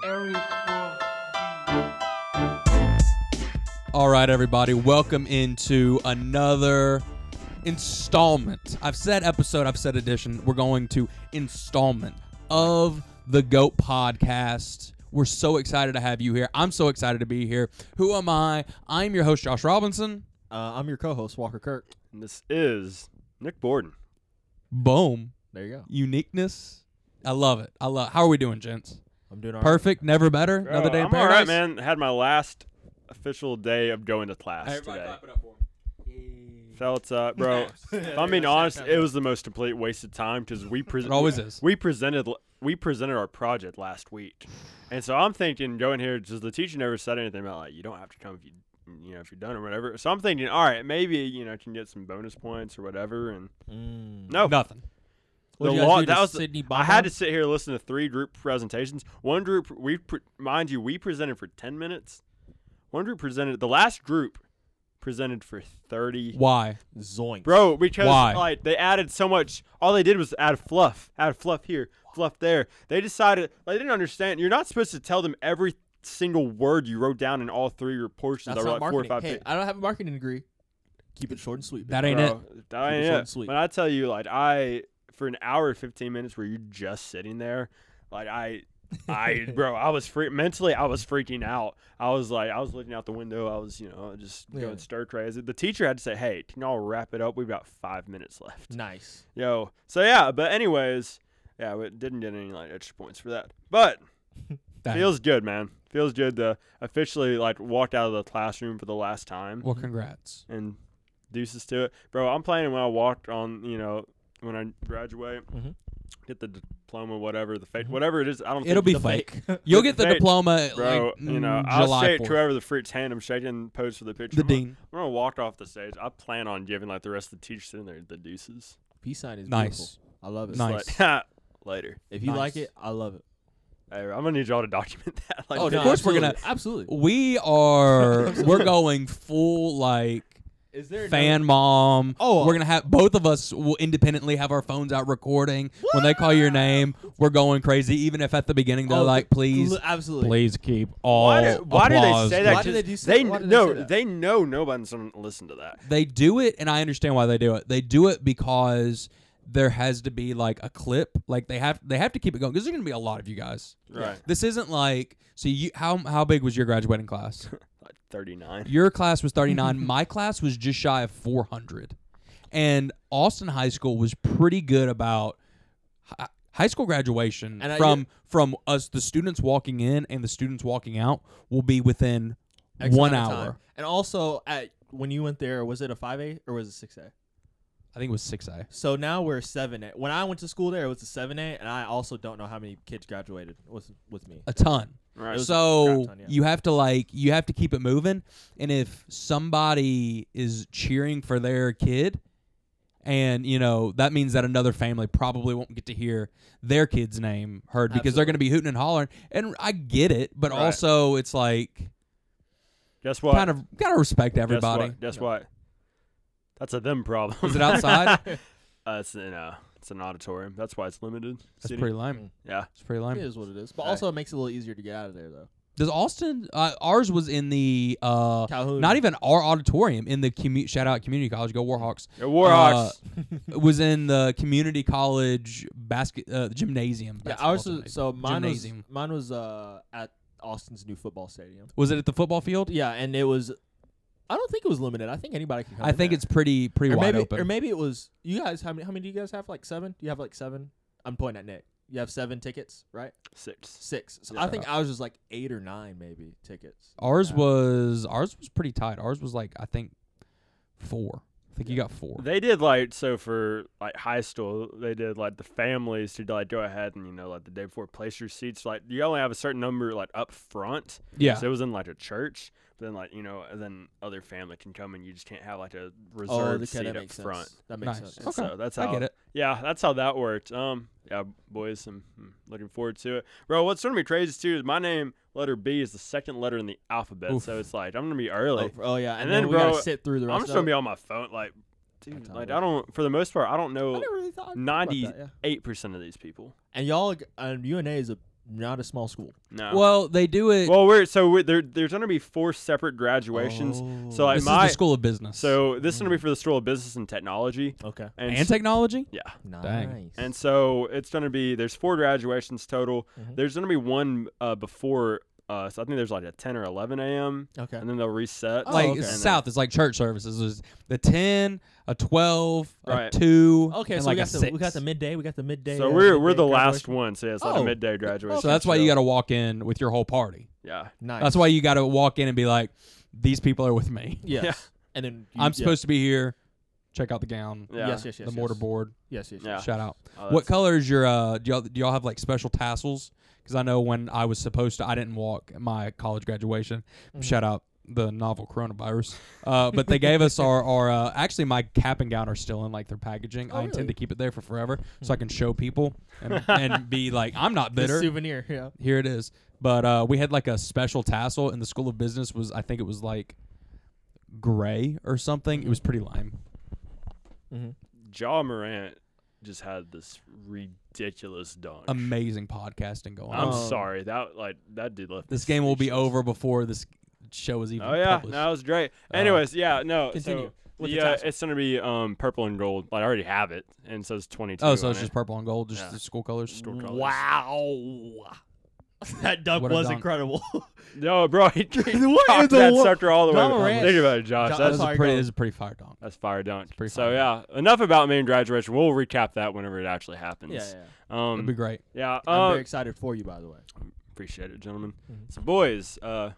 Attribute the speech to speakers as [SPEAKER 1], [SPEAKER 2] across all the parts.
[SPEAKER 1] very poor.
[SPEAKER 2] All right, everybody, welcome into another installment. I've said episode, I've said edition. We're going to installment of the GOAT podcast. We're so excited to have you here. I'm so excited to be here. Who am I? I'm your host, Josh Robinson.
[SPEAKER 3] Uh, I'm your co-host Walker Kirk.
[SPEAKER 4] And this is Nick Borden.
[SPEAKER 2] Boom.
[SPEAKER 3] There you go.
[SPEAKER 2] Uniqueness. I love it. I love How are we doing, gents?
[SPEAKER 3] I'm doing all right.
[SPEAKER 2] Perfect. Never better. Another day in
[SPEAKER 4] I'm all right,
[SPEAKER 2] paradise.
[SPEAKER 4] man. Had my last official day of going to class
[SPEAKER 2] Everybody
[SPEAKER 4] today.
[SPEAKER 2] clap it up for him.
[SPEAKER 4] Felt up, bro. if I'm being honest, it was the most complete waste of time because we
[SPEAKER 2] It
[SPEAKER 4] presented.
[SPEAKER 2] always is.
[SPEAKER 4] We presented. l- We presented our project last week, and so I'm thinking going here. Does the teacher never said anything about like you don't have to come if you you know if you're done or whatever? So I'm thinking, all right, maybe you know I can get some bonus points or whatever. And
[SPEAKER 3] Mm.
[SPEAKER 4] no,
[SPEAKER 2] Nothing.
[SPEAKER 4] the
[SPEAKER 5] What'd you guys
[SPEAKER 4] law
[SPEAKER 5] do
[SPEAKER 4] that
[SPEAKER 5] to
[SPEAKER 4] was the-
[SPEAKER 5] Sydney
[SPEAKER 4] I had
[SPEAKER 5] Bonham?
[SPEAKER 4] to sit here and listen to three group presentations. One group we pre- mind you, we presented for ten minutes. One group presented the last group presented for thirty.
[SPEAKER 2] Why?
[SPEAKER 3] Zoinks.
[SPEAKER 4] Bro, because
[SPEAKER 2] Why?
[SPEAKER 4] like they added so much. All they did was add fluff, add fluff here, fluff there. They decided like, they didn't understand. You're not supposed to tell them every single word you wrote down in all three your portions.
[SPEAKER 3] That's
[SPEAKER 4] I wrote
[SPEAKER 3] not
[SPEAKER 4] like four or
[SPEAKER 3] marketing.
[SPEAKER 4] five.
[SPEAKER 3] hey,
[SPEAKER 4] pages.
[SPEAKER 3] I don't have a marketing degree. Keep it short and sweet.
[SPEAKER 2] That ain't it.
[SPEAKER 4] Bro, That
[SPEAKER 3] Keep it
[SPEAKER 4] ain't
[SPEAKER 3] short
[SPEAKER 4] it.
[SPEAKER 3] and sweet.
[SPEAKER 4] When I tell you, like, I for an hour and fifteen minutes where you're just sitting there, like, I, I, bro, I was free mentally. I was freaking out. I was like, I was looking out the window. I was, you know, just
[SPEAKER 3] Yeah.
[SPEAKER 4] going stir crazy. The teacher had to say, "Hey, can y'all wrap it up? We've got five minutes left."
[SPEAKER 2] Mm.
[SPEAKER 3] Nice.
[SPEAKER 4] Yo, so yeah, but anyways, yeah, we didn't get any like extra points for that, but
[SPEAKER 2] Dang.
[SPEAKER 4] feels good, man. Feels good to officially like walked out of the classroom for the last time
[SPEAKER 3] Mm-hmm.
[SPEAKER 2] well, congrats.
[SPEAKER 4] and deuces to it, bro. I'm planning when I walked on, you know, when I graduate,
[SPEAKER 3] Mhm.
[SPEAKER 4] get the diploma, whatever the fake,
[SPEAKER 3] Mm-hmm.
[SPEAKER 4] whatever it is. I don't.
[SPEAKER 2] It'll be
[SPEAKER 4] think
[SPEAKER 3] The
[SPEAKER 2] fake.
[SPEAKER 3] fake.
[SPEAKER 2] You'll get the
[SPEAKER 4] Fake.
[SPEAKER 2] diploma,
[SPEAKER 4] Bro,
[SPEAKER 2] like,
[SPEAKER 4] you know,
[SPEAKER 2] mm,
[SPEAKER 4] I'll
[SPEAKER 2] July
[SPEAKER 4] shake
[SPEAKER 2] 4th.
[SPEAKER 4] whoever the fruit's hand. I'm shaking, pose for the picture.
[SPEAKER 2] The
[SPEAKER 4] I'm gonna-
[SPEAKER 2] dean.
[SPEAKER 4] I'm gonna walk off the stage. I plan on giving like the rest of the teachers in there the deuces.
[SPEAKER 3] Peace sign is
[SPEAKER 2] Nice.
[SPEAKER 3] beautiful. I love it.
[SPEAKER 2] Nice.
[SPEAKER 4] Like, later.
[SPEAKER 3] If you like
[SPEAKER 2] Nice.
[SPEAKER 3] it, I love it.
[SPEAKER 4] Hey, I'm gonna need y'all to document that. Like,
[SPEAKER 2] Oh,
[SPEAKER 4] video.
[SPEAKER 2] of course we're
[SPEAKER 3] absolutely.
[SPEAKER 2] gonna-
[SPEAKER 3] absolutely.
[SPEAKER 2] We are we're going full like
[SPEAKER 3] Is there
[SPEAKER 2] fan mom.
[SPEAKER 3] Oh, uh,
[SPEAKER 2] we're gonna have both of us will independently have our phones out recording. When they call your name, we're going crazy. Even if at the beginning they're
[SPEAKER 3] Oh,
[SPEAKER 2] like, "Please,
[SPEAKER 3] absolutely.
[SPEAKER 2] please keep all
[SPEAKER 4] Why do, why do they
[SPEAKER 2] applause
[SPEAKER 4] say
[SPEAKER 2] going."
[SPEAKER 4] that?
[SPEAKER 3] Why do they
[SPEAKER 4] Just-
[SPEAKER 3] do so-
[SPEAKER 4] they
[SPEAKER 3] why do they
[SPEAKER 4] know
[SPEAKER 3] say that?
[SPEAKER 4] they know nobody's gonna listen to that.
[SPEAKER 2] They do it, and I understand why they do it. They do it because there has to be like a clip. Like they have they have to keep it going because there's gonna be a lot of you guys.
[SPEAKER 4] Right,
[SPEAKER 2] This isn't like so. You how how big was your graduating class?
[SPEAKER 4] like 39.
[SPEAKER 2] Your class was 39. My class was just shy of 400. And Austin High School was pretty good about hi- high school graduation
[SPEAKER 3] And I-
[SPEAKER 2] from from us the students walking in and the students walking out will be within
[SPEAKER 3] X
[SPEAKER 2] one
[SPEAKER 3] amount of
[SPEAKER 2] hour.
[SPEAKER 3] time. And also, at when you went there, was it a five A or was it six A?
[SPEAKER 2] I think it was 6A.
[SPEAKER 3] So now we're seven A. When I went to school there, it was a seven A, and I also don't know how many kids graduated with with me.
[SPEAKER 2] A ton.
[SPEAKER 4] Right.
[SPEAKER 3] It was a
[SPEAKER 2] so
[SPEAKER 3] crap ton, yeah.
[SPEAKER 2] you have to like you have to keep it moving and if somebody is cheering for their kid and you know that means that another family probably won't get to hear their kid's name heard because they're going to be hooting and hollering and i get it but
[SPEAKER 4] Right.
[SPEAKER 2] also it's like
[SPEAKER 4] Guess what?
[SPEAKER 2] kind of got to respect everybody
[SPEAKER 4] Guess what? Guess what? That's a them problem.
[SPEAKER 2] is it outside
[SPEAKER 4] uh, it's in a, it's an auditorium. That's why it's limited.
[SPEAKER 2] that's
[SPEAKER 4] seating.
[SPEAKER 2] pretty lame
[SPEAKER 4] yeah.
[SPEAKER 2] it's pretty lame
[SPEAKER 3] It is what it is. But
[SPEAKER 4] Hey.
[SPEAKER 3] also, it makes it a little easier to get out of there, though.
[SPEAKER 2] does austin uh, ours was in the uh
[SPEAKER 3] Calhoun.
[SPEAKER 2] not even our auditorium in the commu- shout out community college go warhawks
[SPEAKER 4] Yo, Warhawks.
[SPEAKER 2] uh, was in the community college basket uh, gymnasium.
[SPEAKER 3] Yeah,
[SPEAKER 2] basketball
[SPEAKER 3] ours was, uh,
[SPEAKER 2] gymnasium.
[SPEAKER 3] so mine
[SPEAKER 2] Gymnasium.
[SPEAKER 3] was mine was uh at Austin's new football stadium.
[SPEAKER 2] Was it at the football field?
[SPEAKER 3] Yeah, and it was. I don't think it was limited. I think anybody could come.
[SPEAKER 2] I
[SPEAKER 3] in
[SPEAKER 2] think
[SPEAKER 3] there.
[SPEAKER 2] it's pretty pretty
[SPEAKER 3] or
[SPEAKER 2] wide
[SPEAKER 3] maybe
[SPEAKER 2] open.
[SPEAKER 3] or maybe it was you guys. How many? How many do you guys have? Like seven? Do you have like seven? I'm pointing at Nick. You have seven tickets, right?
[SPEAKER 4] Six.
[SPEAKER 3] Six. So I think ours was like eight or nine, maybe tickets.
[SPEAKER 2] ours
[SPEAKER 3] Yeah.
[SPEAKER 2] was ours was pretty tight. Ours was like I think four. I think you got four.
[SPEAKER 4] They did like so for like high school. They did like the families to like go ahead and you know like the day before place your seats. Like you only have a certain number like up front.
[SPEAKER 2] yeah,
[SPEAKER 4] So it was in like a church. But then like you know and then other family can come and you just can't have like a
[SPEAKER 3] Oh,
[SPEAKER 4] reserved
[SPEAKER 3] okay,
[SPEAKER 4] seat
[SPEAKER 3] that
[SPEAKER 4] up
[SPEAKER 3] makes sense.
[SPEAKER 4] front.
[SPEAKER 3] That makes
[SPEAKER 2] Nice.
[SPEAKER 3] sense.
[SPEAKER 4] And
[SPEAKER 2] Okay,
[SPEAKER 4] So that's
[SPEAKER 2] I
[SPEAKER 4] how
[SPEAKER 2] get it.
[SPEAKER 4] Yeah, that's how that worked. Um, yeah, boys, I'm I'm looking forward to it, bro. What's gonna be crazy too is my name letter B is the second letter in the alphabet,
[SPEAKER 2] Oof.
[SPEAKER 4] so it's like I'm gonna be early.
[SPEAKER 3] Oh, oh, yeah, and,
[SPEAKER 4] And
[SPEAKER 3] then,
[SPEAKER 4] then,
[SPEAKER 3] we gotta
[SPEAKER 4] bro,
[SPEAKER 3] sit through the rest.
[SPEAKER 4] I'm just
[SPEAKER 3] of
[SPEAKER 4] gonna be
[SPEAKER 3] it.
[SPEAKER 4] on my phone, like, dude,
[SPEAKER 3] That's how
[SPEAKER 4] like
[SPEAKER 3] it
[SPEAKER 4] I don't. For the most part, I don't
[SPEAKER 3] I
[SPEAKER 4] know
[SPEAKER 3] never really thought about that,
[SPEAKER 4] ninety
[SPEAKER 3] yeah.
[SPEAKER 4] eight percent of these people.
[SPEAKER 3] And y'all, um, UNA is a not a small school.
[SPEAKER 4] No.
[SPEAKER 2] Well, they do it.
[SPEAKER 4] Well, we're so we're, there. There's going to be four separate graduations.
[SPEAKER 3] Oh,
[SPEAKER 4] So like
[SPEAKER 2] this
[SPEAKER 4] my
[SPEAKER 2] is the school of business.
[SPEAKER 4] so this is going to be for the School of Business and Technology.
[SPEAKER 3] Okay.
[SPEAKER 4] And,
[SPEAKER 2] and
[SPEAKER 4] s-
[SPEAKER 2] technology.
[SPEAKER 4] yeah.
[SPEAKER 3] Nice.
[SPEAKER 2] Dang.
[SPEAKER 4] And so it's going to be there's four graduations total.
[SPEAKER 2] Mm-hmm.
[SPEAKER 4] There's going to be one uh, before. Uh, so I think there's like a 10 or 11 a.m.
[SPEAKER 3] okay.
[SPEAKER 4] and then they'll reset.
[SPEAKER 3] Oh,
[SPEAKER 2] like
[SPEAKER 3] okay.
[SPEAKER 2] it's
[SPEAKER 4] And
[SPEAKER 2] south, it's like church services. There's the ten, a twelve,
[SPEAKER 4] Right.
[SPEAKER 2] a two,
[SPEAKER 3] Okay,
[SPEAKER 2] and
[SPEAKER 3] so
[SPEAKER 2] like
[SPEAKER 3] we got
[SPEAKER 2] a
[SPEAKER 3] the
[SPEAKER 2] six.
[SPEAKER 3] we got the midday, we got the midday.
[SPEAKER 4] So
[SPEAKER 3] uh,
[SPEAKER 4] we're we're
[SPEAKER 3] midday
[SPEAKER 4] the last
[SPEAKER 3] graduation.
[SPEAKER 4] one. So yeah, it's like
[SPEAKER 3] Oh.
[SPEAKER 4] a midday graduation.
[SPEAKER 2] so that's why you
[SPEAKER 4] show.
[SPEAKER 2] got to walk in with your whole party.
[SPEAKER 4] Yeah.
[SPEAKER 3] Nice.
[SPEAKER 2] That's why you got to walk in and be like, "These people are with me.
[SPEAKER 3] Yes.
[SPEAKER 4] Yeah.
[SPEAKER 3] And then you,
[SPEAKER 2] I'm
[SPEAKER 3] yeah.
[SPEAKER 2] supposed to be here. Check out the gown,
[SPEAKER 4] Yeah.
[SPEAKER 3] Yes, yes, yes.
[SPEAKER 2] the
[SPEAKER 3] yes.
[SPEAKER 2] mortar board.
[SPEAKER 3] Yes, yes. yes.
[SPEAKER 4] Yeah.
[SPEAKER 2] Shout out.
[SPEAKER 4] Oh,
[SPEAKER 2] what
[SPEAKER 4] that's-
[SPEAKER 2] color is your? Uh, do y'all do y'all have like special tassels? Because I know when I was supposed to, I didn't walk at my college graduation.
[SPEAKER 3] Mm-hmm.
[SPEAKER 2] Shout out the novel coronavirus. Uh, but they gave us our our. Uh, actually, my cap and gown are still in like their packaging.
[SPEAKER 3] Oh,
[SPEAKER 2] I intend to keep it there for forever, so I
[SPEAKER 3] Hmm.
[SPEAKER 2] can show people and, and be like, I'm not
[SPEAKER 3] The
[SPEAKER 2] bitter.
[SPEAKER 3] souvenir, yeah.
[SPEAKER 2] Here it is. But uh, we had like a special tassel, and the School of Business was, I think it was like gray or something. It was pretty lime.
[SPEAKER 4] Ja Morant just had this ridiculous dunk.
[SPEAKER 2] Amazing podcasting going
[SPEAKER 4] I'm
[SPEAKER 2] on.
[SPEAKER 3] Um,
[SPEAKER 4] sorry. That like that dude left.
[SPEAKER 2] oh.
[SPEAKER 4] me
[SPEAKER 2] This game will be
[SPEAKER 4] speechless.
[SPEAKER 2] over before this show is even
[SPEAKER 4] Oh yeah,
[SPEAKER 2] published.
[SPEAKER 4] no, that was great.
[SPEAKER 2] Oh.
[SPEAKER 4] Anyways, yeah, no.
[SPEAKER 3] Continue
[SPEAKER 4] So
[SPEAKER 3] with the
[SPEAKER 4] yeah,
[SPEAKER 3] tassel.
[SPEAKER 4] it's gonna be um purple and gold. Like I already have it, and it says 22.
[SPEAKER 2] Oh, so it's
[SPEAKER 4] on
[SPEAKER 2] just
[SPEAKER 4] it.
[SPEAKER 2] purple and gold, just
[SPEAKER 4] Yeah.
[SPEAKER 2] the school colors.
[SPEAKER 4] Store colours.
[SPEAKER 3] Wow. that dunk
[SPEAKER 2] What a
[SPEAKER 3] was
[SPEAKER 2] dunk.
[SPEAKER 3] incredible.
[SPEAKER 4] No, bro, he what
[SPEAKER 3] in the
[SPEAKER 4] that
[SPEAKER 3] world?
[SPEAKER 4] sucker all the
[SPEAKER 3] Ja
[SPEAKER 4] way.
[SPEAKER 3] Morant-
[SPEAKER 4] Think about it, Josh.
[SPEAKER 3] Ja-
[SPEAKER 2] That
[SPEAKER 4] that's
[SPEAKER 2] was
[SPEAKER 3] Fire
[SPEAKER 2] a pretty,
[SPEAKER 3] gold.
[SPEAKER 2] it was a pretty fire dunk.
[SPEAKER 4] that's fire dunk.
[SPEAKER 2] pretty
[SPEAKER 4] So
[SPEAKER 2] fire
[SPEAKER 4] yeah, enough about me and graduation. We'll recap that whenever it actually happens.
[SPEAKER 3] yeah, yeah.
[SPEAKER 2] It'd
[SPEAKER 4] Um,
[SPEAKER 2] be great.
[SPEAKER 4] yeah.
[SPEAKER 3] I'm
[SPEAKER 4] Uh,
[SPEAKER 3] very excited for you, by the way.
[SPEAKER 4] appreciate it, gentlemen.
[SPEAKER 3] Mhm.
[SPEAKER 4] So boys, uh,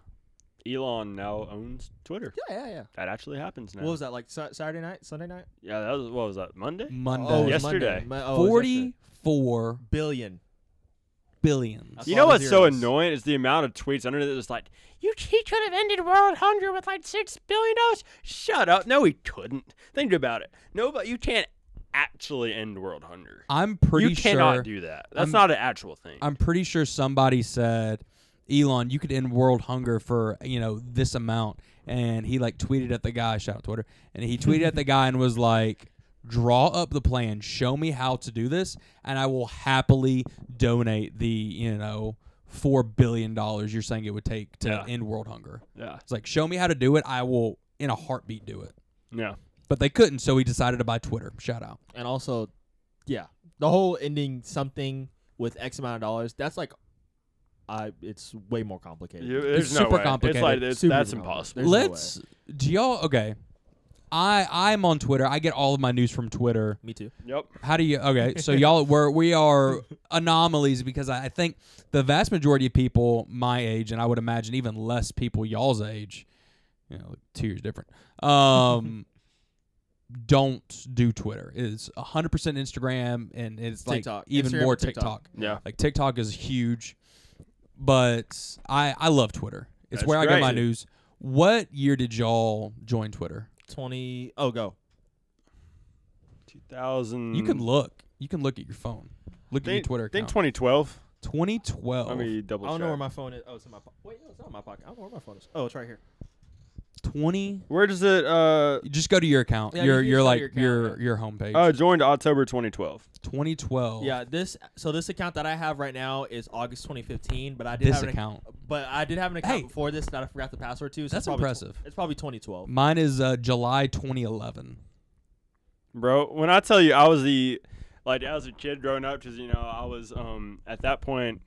[SPEAKER 4] Elon now owns Twitter.
[SPEAKER 3] Yeah, yeah, yeah.
[SPEAKER 4] That actually happens now.
[SPEAKER 3] What was that like? Sa- Saturday night, Sunday night?
[SPEAKER 4] yeah, that was what was that Monday?
[SPEAKER 2] Monday.
[SPEAKER 3] Oh, it was
[SPEAKER 4] Yes.
[SPEAKER 3] Monday.
[SPEAKER 4] Yesterday.
[SPEAKER 3] Ma- oh, it was yesterday.
[SPEAKER 2] Forty-four
[SPEAKER 3] billion.
[SPEAKER 2] billion.
[SPEAKER 3] That's all
[SPEAKER 4] You know
[SPEAKER 3] the
[SPEAKER 4] what's so
[SPEAKER 3] zeros.
[SPEAKER 4] annoying is the amount of tweets under that is like, you he could have ended world hunger with like six billion dollars. Shut up! No, he couldn't. Think about it. No, but you can't actually end world hunger.
[SPEAKER 2] I'm pretty
[SPEAKER 4] you
[SPEAKER 2] sure.
[SPEAKER 4] cannot do that. That's
[SPEAKER 2] I'm-
[SPEAKER 4] not an actual thing.
[SPEAKER 2] I'm pretty sure somebody said, Elon, you could end world hunger for, you know, this amount. And he like tweeted at the guy, shout out Twitter, and he tweeted at the guy and was like, draw up the plan, show me how to do this, and I will happily donate the, you know, four billion dollars you're saying it would take to
[SPEAKER 4] Yeah.
[SPEAKER 2] end world hunger.
[SPEAKER 4] yeah,
[SPEAKER 2] It's like, show me how to do it, I will in a heartbeat do it.
[SPEAKER 4] yeah.
[SPEAKER 2] But they couldn't, so he decided to buy Twitter. Shout out.
[SPEAKER 3] And also, yeah, the whole ending something with X amount of dollars. That's like, I. It's way more complicated.
[SPEAKER 4] You- there's no
[SPEAKER 2] super
[SPEAKER 4] way.
[SPEAKER 2] complicated.
[SPEAKER 4] It's like it's,
[SPEAKER 3] Super
[SPEAKER 4] that's
[SPEAKER 3] complicated.
[SPEAKER 4] impossible.
[SPEAKER 3] There's no way.
[SPEAKER 2] Let's do y'all okay. I I'm on Twitter. I get all of my news from Twitter.
[SPEAKER 3] Me too.
[SPEAKER 4] Yep.
[SPEAKER 2] How do you okay, so y'all we're we are anomalies because I, I think the vast majority of people my age and I would imagine even less people y'all's age, you know, like two years different. Um don't do Twitter. It's 100% Instagram and it's like
[SPEAKER 3] TikTok.
[SPEAKER 2] even
[SPEAKER 3] Instagram
[SPEAKER 2] more
[SPEAKER 3] and TikTok.
[SPEAKER 2] TikTok.
[SPEAKER 4] Yeah.
[SPEAKER 2] Like TikTok is huge, but I I love Twitter. It's
[SPEAKER 4] That's
[SPEAKER 2] where I get my
[SPEAKER 4] great.
[SPEAKER 2] news. What year did y'all join Twitter?
[SPEAKER 3] Twenty. Oh, go.
[SPEAKER 4] Two thousand.
[SPEAKER 2] You can look. You can look at your phone. Look at your
[SPEAKER 4] Mm. Think,
[SPEAKER 2] Twitter
[SPEAKER 4] think
[SPEAKER 2] account. Oh.
[SPEAKER 4] 2012.
[SPEAKER 2] 2012.
[SPEAKER 4] Let me double
[SPEAKER 3] I don't
[SPEAKER 4] check.
[SPEAKER 3] know where my phone is. Oh, it's in my. Po- Wait, no, it's not in my pocket. I don't know where my phone is. Oh, it's right here.
[SPEAKER 2] 20.
[SPEAKER 4] where does it? Uh,
[SPEAKER 2] Just go to your account.
[SPEAKER 3] Yeah,
[SPEAKER 2] your
[SPEAKER 3] you just
[SPEAKER 2] your
[SPEAKER 3] go to
[SPEAKER 2] like
[SPEAKER 3] your
[SPEAKER 2] your
[SPEAKER 3] account,
[SPEAKER 2] your,
[SPEAKER 3] yeah.
[SPEAKER 2] homepage.
[SPEAKER 4] uh, joined October 2012.
[SPEAKER 2] 2012.
[SPEAKER 3] Yeah, this. So this account that I have right now is August 2015, but I did
[SPEAKER 2] This
[SPEAKER 3] have an,
[SPEAKER 2] account.
[SPEAKER 3] But I did have an account
[SPEAKER 2] Hey.
[SPEAKER 3] before this that I forgot the password to.
[SPEAKER 2] That's
[SPEAKER 3] So it's probably tw-
[SPEAKER 2] impressive.
[SPEAKER 3] it's probably 2012.
[SPEAKER 2] Mine is uh, July 2011.
[SPEAKER 4] Bro, when I tell you I was the like as a kid growing up cuz you know, I was um at that point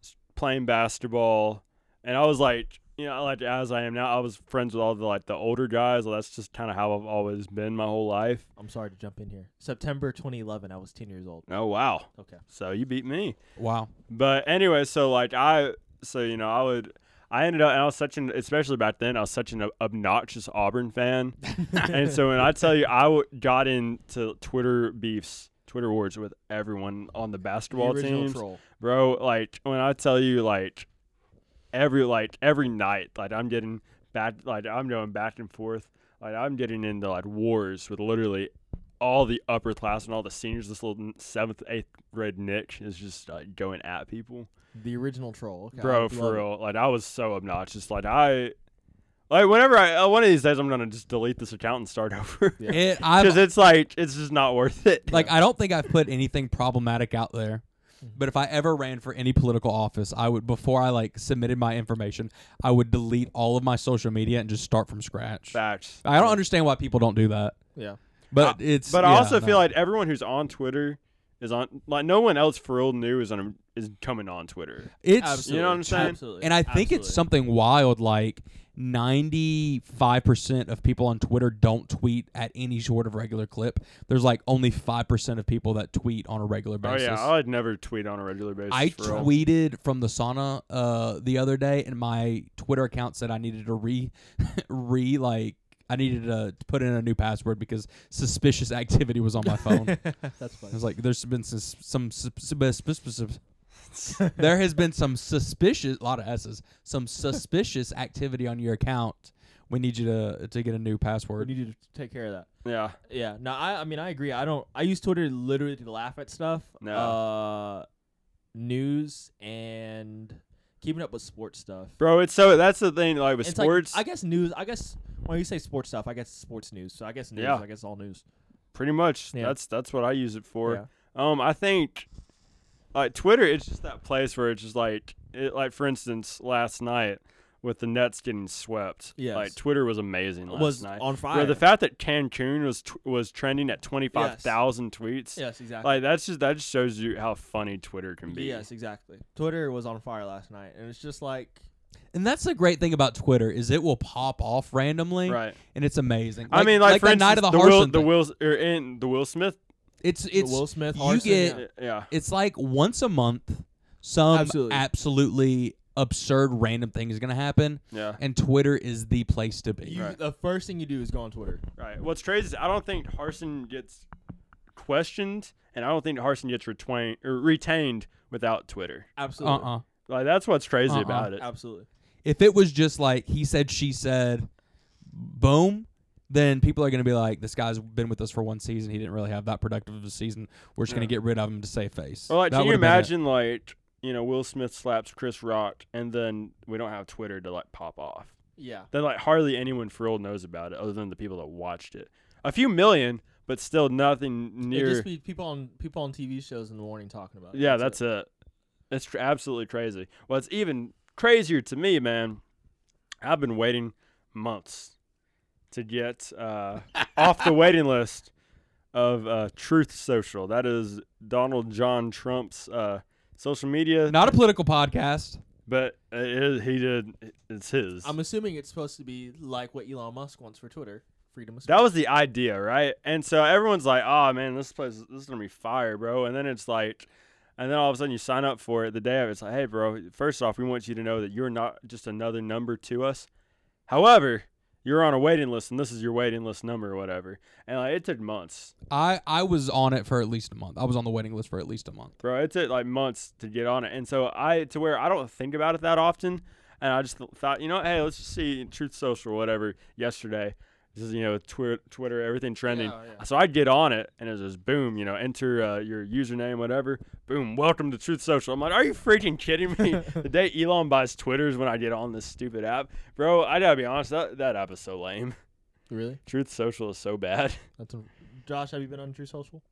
[SPEAKER 4] s- playing basketball and I was like, you know, like as I am now, I was friends with all the like the older guys. Well, that's just kind of how I've always been my whole life.
[SPEAKER 3] I'm sorry to jump in here. September 2011, I was 10 years old.
[SPEAKER 4] Oh, wow.
[SPEAKER 3] Okay.
[SPEAKER 4] So you beat me.
[SPEAKER 2] Wow.
[SPEAKER 4] But anyway, so like I, so you know, I would, I ended up, and I was such an, especially back then, I was such an obnoxious Auburn fan, and so when I tell you, I w- got into Twitter beefs, Twitter wars with everyone on the basketball
[SPEAKER 3] the original
[SPEAKER 4] teams,
[SPEAKER 3] troll.
[SPEAKER 4] bro. Like when I tell you, like every like every night, like I'm getting back, like I'm going back and forth, like I'm getting into like wars with literally. All the upper class and all the seniors, this little n- seventh, eighth grade niche is just like going at people
[SPEAKER 3] The original troll. Okay, I
[SPEAKER 4] bro
[SPEAKER 3] love it.
[SPEAKER 4] for real like i was so obnoxious like i like whenever i uh, one of these days i'm gonna just delete this account and start over
[SPEAKER 3] Yeah.
[SPEAKER 2] It,
[SPEAKER 4] because
[SPEAKER 2] I've,
[SPEAKER 4] it's like it's just not worth it
[SPEAKER 2] like I don't think I've put anything problematic out there.
[SPEAKER 3] Mm-hmm.
[SPEAKER 2] But if I ever ran for any political office, I would before I like submitted my information, I would delete all of my social media and just start from scratch.
[SPEAKER 4] Facts.
[SPEAKER 2] I don't understand why people don't do that.
[SPEAKER 3] Yeah.
[SPEAKER 2] But it's
[SPEAKER 4] But I
[SPEAKER 2] yeah,
[SPEAKER 4] also
[SPEAKER 2] no.
[SPEAKER 4] feel like everyone who's on Twitter is on like no one else for real new is on is coming on Twitter.
[SPEAKER 2] it's
[SPEAKER 3] Absolutely.
[SPEAKER 4] You know what I'm saying?
[SPEAKER 3] Absolutely.
[SPEAKER 2] and I think it's
[SPEAKER 3] Absolutely.
[SPEAKER 2] something wild like 95% of people on Twitter don't tweet at any sort of regular clip. There's like only 5% of people that tweet on a regular
[SPEAKER 4] Oh
[SPEAKER 2] basis.
[SPEAKER 4] yeah, I'd never tweet on a regular basis.
[SPEAKER 2] I
[SPEAKER 4] for real.
[SPEAKER 2] tweeted from the sauna uh, the other day, and my Twitter account said I needed to re, re like I needed to put in a new password because suspicious activity was on my phone. I
[SPEAKER 3] That's funny.
[SPEAKER 2] was like, "There's been sus- some sus- sus- sus- sus- sus- there has been some suspicious lot of s's some suspicious activity on your account. We need you to to get a new
[SPEAKER 3] We
[SPEAKER 2] password."
[SPEAKER 3] need you to take care of that.
[SPEAKER 4] Yeah.
[SPEAKER 3] Yeah. No, I, I mean, I agree. I don't. I use Twitter literally to laugh at stuff.
[SPEAKER 4] No.
[SPEAKER 3] Uh, news and keeping up with sports stuff.
[SPEAKER 4] Bro, it's so that's the thing like with
[SPEAKER 3] It's like-
[SPEAKER 4] sports
[SPEAKER 3] I guess news. I guess when you say sports stuff, I guess sports news. So I guess news.
[SPEAKER 4] Yeah.
[SPEAKER 3] I guess all news.
[SPEAKER 4] pretty much.
[SPEAKER 3] Yeah.
[SPEAKER 4] That's that's what I use it for.
[SPEAKER 3] Yeah.
[SPEAKER 4] Um, I think like Twitter, it's just that place where it's just like, it, like for instance, last night with the Nets getting swept.
[SPEAKER 3] Yes.
[SPEAKER 4] like Twitter was amazing last
[SPEAKER 3] was
[SPEAKER 4] night.
[SPEAKER 3] on
[SPEAKER 4] Bro,
[SPEAKER 3] fire.
[SPEAKER 4] the fact that Cancun was tw- was trending at twenty five thousand tweets,
[SPEAKER 3] yes, exactly.
[SPEAKER 4] like that's just that just shows you how funny Twitter can be.
[SPEAKER 3] Yes, exactly. Twitter was on fire last night, and it's just like
[SPEAKER 2] And that's the great thing about Twitter is it will pop off randomly,
[SPEAKER 4] Right.
[SPEAKER 2] and it's amazing.
[SPEAKER 4] I mean, like, for
[SPEAKER 2] that
[SPEAKER 4] instance,
[SPEAKER 2] night of the,
[SPEAKER 4] the
[SPEAKER 2] Harson
[SPEAKER 4] Will, the
[SPEAKER 2] thing.
[SPEAKER 4] Will, or in the Will Smith, eh,
[SPEAKER 2] It's
[SPEAKER 3] the
[SPEAKER 2] it's
[SPEAKER 3] Will Smith.
[SPEAKER 2] you
[SPEAKER 3] Harson,
[SPEAKER 2] get-
[SPEAKER 3] yeah.
[SPEAKER 4] yeah,
[SPEAKER 2] it's like once a month some absolutely,
[SPEAKER 3] Absolutely.
[SPEAKER 2] absurd random thing is going to happen
[SPEAKER 4] yeah,
[SPEAKER 2] and twitter is the place to be
[SPEAKER 3] You,
[SPEAKER 4] Right.
[SPEAKER 3] The first thing you do is go on Twitter.
[SPEAKER 4] right. What's crazy is I don't think Harson gets questioned, and I don't think Harson gets retwain, or retained without Twitter.
[SPEAKER 3] Absolutely.
[SPEAKER 2] uh-uh
[SPEAKER 4] Like that's what's crazy
[SPEAKER 2] Uh-uh.
[SPEAKER 4] about it.
[SPEAKER 3] Absolutely.
[SPEAKER 2] if it was just like he said she said boom then people are going to be like this guy's been with us for one season he didn't really have that productive of a season we're just going
[SPEAKER 4] Yeah.
[SPEAKER 2] to get rid of him to save face
[SPEAKER 4] Well, like,
[SPEAKER 2] That
[SPEAKER 4] can you
[SPEAKER 2] would've been it.
[SPEAKER 4] imagine like you know Will Smith slaps Chris Rock, and then we don't have Twitter to like pop off.
[SPEAKER 3] Yeah.
[SPEAKER 4] Then like hardly anyone for real knows about it, other than the people that watched it. A few million, but still nothing
[SPEAKER 3] It
[SPEAKER 4] near.
[SPEAKER 3] just be people on people on TV shows in the morning talking about. it.
[SPEAKER 4] yeah, that's it. It's tr- absolutely crazy. What's even crazier to me, man, I've been waiting months to get uh, off the waiting list of uh, Truth Social. That is Donald John Trump's uh, social media.
[SPEAKER 2] not a political podcast
[SPEAKER 4] But it is, he did. It's his.
[SPEAKER 3] I'm assuming it's supposed to be like what Elon Musk wants for Twitter, freedom of speech.
[SPEAKER 4] that was the idea, right? And so everyone's like, "Oh man, this place, this is gonna be fire, bro." And then it's like, and then all of a sudden you sign up for it the day of. It's like, "Hey, bro, first off, we want you to know that you're not just another number to us. However, you're on a waiting list, and this is your waiting list number or whatever." And like, it took months,
[SPEAKER 2] i i was on it for at least a month i was on the waiting list for at least a month
[SPEAKER 4] bro. It took like months to get on it, and so I to where I don't think about it that often. And I just th- thought, you know, hey, let's just see Truth Social, or whatever, yesterday. This is, you know, Twitter, Twitter, everything trending.
[SPEAKER 3] Yeah, yeah.
[SPEAKER 4] So I get on it, and it was just boom, you know, enter uh, your username, whatever. Boom, welcome to Truth Social. I'm like, are you freaking kidding me? the day Elon buys Twitter's when I get on this stupid app, bro. I gotta be honest, that that app is so lame.
[SPEAKER 3] Really?
[SPEAKER 4] Truth Social is so bad.
[SPEAKER 3] That's a, Josh, have you been on True Social?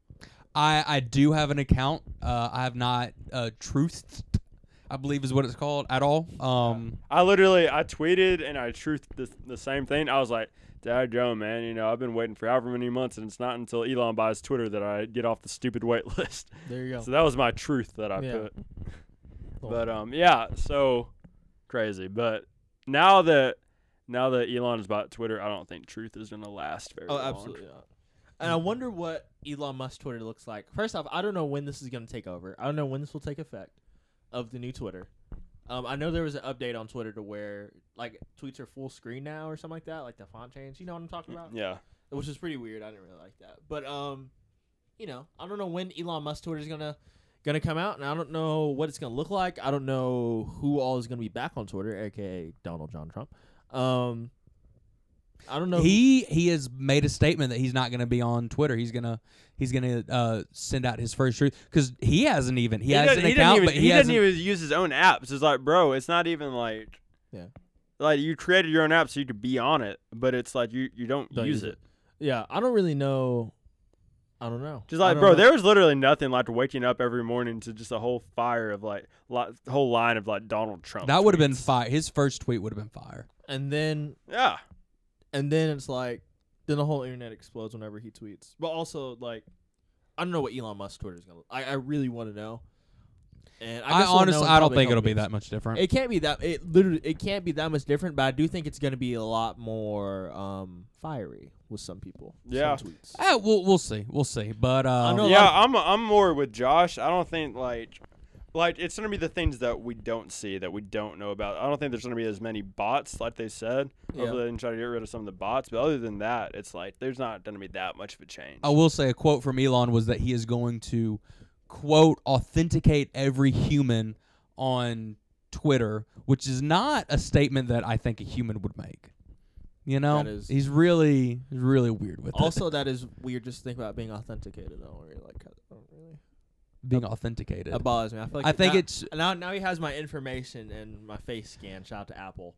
[SPEAKER 2] I I do have an account. Uh, I have not uh, truthed, I believe is what it's called at all. Um,
[SPEAKER 4] I literally, I tweeted and I truth the, the same thing. I was like, Dad, Joe, man, you know, I've been waiting for however many months, and it's not until Elon buys Twitter that I get off the stupid wait list.
[SPEAKER 3] There you go.
[SPEAKER 4] So that was my truth that I
[SPEAKER 3] Yeah.
[SPEAKER 4] put.
[SPEAKER 3] Cool.
[SPEAKER 4] But um, yeah, so crazy. But now that now that Elon is about Twitter, I don't think truth is gonna last very
[SPEAKER 3] oh,
[SPEAKER 4] long.
[SPEAKER 3] absolutely not. And I
[SPEAKER 4] Mm-hmm.
[SPEAKER 3] wonder what Elon Musk's Twitter looks like. First off, I don't know when this is going to take over. I don't know when this will take effect of the new Twitter. Um, I know there was an update on Twitter to where like tweets are full screen now or something like that, like the font change. You know what I'm talking about?
[SPEAKER 4] Yeah,
[SPEAKER 3] which is pretty weird. I didn't really like that. But um, you know, I don't know when Elon Musk Twitter is gonna gonna come out, and I don't know what it's gonna look like. I don't know who all is gonna be back on Twitter, aka Donald John Trump. Um, I don't know.
[SPEAKER 2] He he has made a statement that he's not going to be on Twitter. He's gonna he's gonna uh, send out his first truth because he hasn't even he, has an
[SPEAKER 4] doesn't-
[SPEAKER 2] account,
[SPEAKER 4] didn't even,
[SPEAKER 2] but he,
[SPEAKER 4] he
[SPEAKER 2] hasn't.
[SPEAKER 4] doesn't even use his own apps. It's like, bro, it's not even like
[SPEAKER 3] Yeah.
[SPEAKER 4] Like you created your own app so you could be on it, but it's like you you don't,
[SPEAKER 3] Don't
[SPEAKER 4] use
[SPEAKER 3] use
[SPEAKER 4] it.
[SPEAKER 3] yeah, I don't really know I don't know.
[SPEAKER 4] Just
[SPEAKER 3] I
[SPEAKER 4] like,
[SPEAKER 3] don't
[SPEAKER 4] bro,
[SPEAKER 3] know.
[SPEAKER 4] there was literally nothing like waking up every morning to just a whole fire of like, lot, whole line of like Donald Trump.
[SPEAKER 2] That would have been
[SPEAKER 4] tweets.
[SPEAKER 2] fire. His first tweet would have been fire.
[SPEAKER 3] and then
[SPEAKER 4] Yeah.
[SPEAKER 3] and then it's like then the whole internet explodes whenever he tweets. But also like I don't know what Elon Musk's Twitter is gonna. I I really want to know. And I,
[SPEAKER 2] I,
[SPEAKER 3] guess we'll know
[SPEAKER 2] honestly,
[SPEAKER 3] in
[SPEAKER 2] I don't
[SPEAKER 3] probably a
[SPEAKER 2] think
[SPEAKER 3] couple
[SPEAKER 2] it'll be
[SPEAKER 3] weeks.
[SPEAKER 2] that much different.
[SPEAKER 3] It can't be that. It literally it can't be that much different. But I do think it's gonna be a lot more um fiery with some people. some
[SPEAKER 4] Yeah.
[SPEAKER 3] tweets.
[SPEAKER 2] Eh, we'll we'll see. We'll see. But uh,
[SPEAKER 3] know a lot
[SPEAKER 4] yeah,
[SPEAKER 3] of-
[SPEAKER 4] I'm I'm more with Josh. I don't think like like it's gonna be the things that we don't see that we don't know about. I don't think there's gonna be as many bots like they said.
[SPEAKER 3] Yeah.
[SPEAKER 4] Hopefully they didn't try to get rid of some of the bots, but other than that, it's like there's not gonna be that much of a change.
[SPEAKER 3] Oh.
[SPEAKER 2] I will say a quote from Elon was that he is going to quote authenticate every human on Twitter, which is not a statement that I think a human would make. You know,
[SPEAKER 3] That is-
[SPEAKER 2] he's really he's really weird with it.
[SPEAKER 3] Also, that is weird. Just to think about being authenticated. Don't worry. Like, I don't really.
[SPEAKER 2] being authenticated.
[SPEAKER 3] That bothers me. I feel like
[SPEAKER 2] I think
[SPEAKER 3] now,
[SPEAKER 2] it's
[SPEAKER 3] now. Now he has my information and my face scan. Shout out to Apple.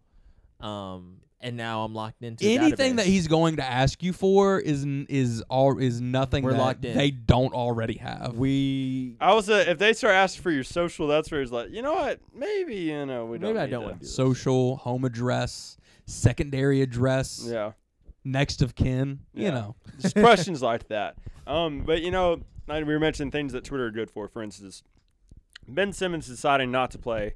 [SPEAKER 3] Um, and now I'm locked into a
[SPEAKER 2] anything that
[SPEAKER 3] database.
[SPEAKER 2] he's going to ask you for is n- is all is nothing
[SPEAKER 3] We're
[SPEAKER 2] that
[SPEAKER 3] locked in.
[SPEAKER 2] they don't already have.
[SPEAKER 3] we
[SPEAKER 4] I was if they start asking for your social, that's where it's like, you know what? Maybe you know we don't.
[SPEAKER 3] Maybe I
[SPEAKER 4] need
[SPEAKER 3] don't
[SPEAKER 4] to-
[SPEAKER 3] wanna do this.
[SPEAKER 2] Social, home address, secondary address,
[SPEAKER 4] Yeah.
[SPEAKER 2] next of kin. You
[SPEAKER 4] Yeah.
[SPEAKER 2] know,
[SPEAKER 4] just questions like that. Um, but you know, like we were mentioning things that Twitter are good for. For instance, Ben Simmons deciding not to play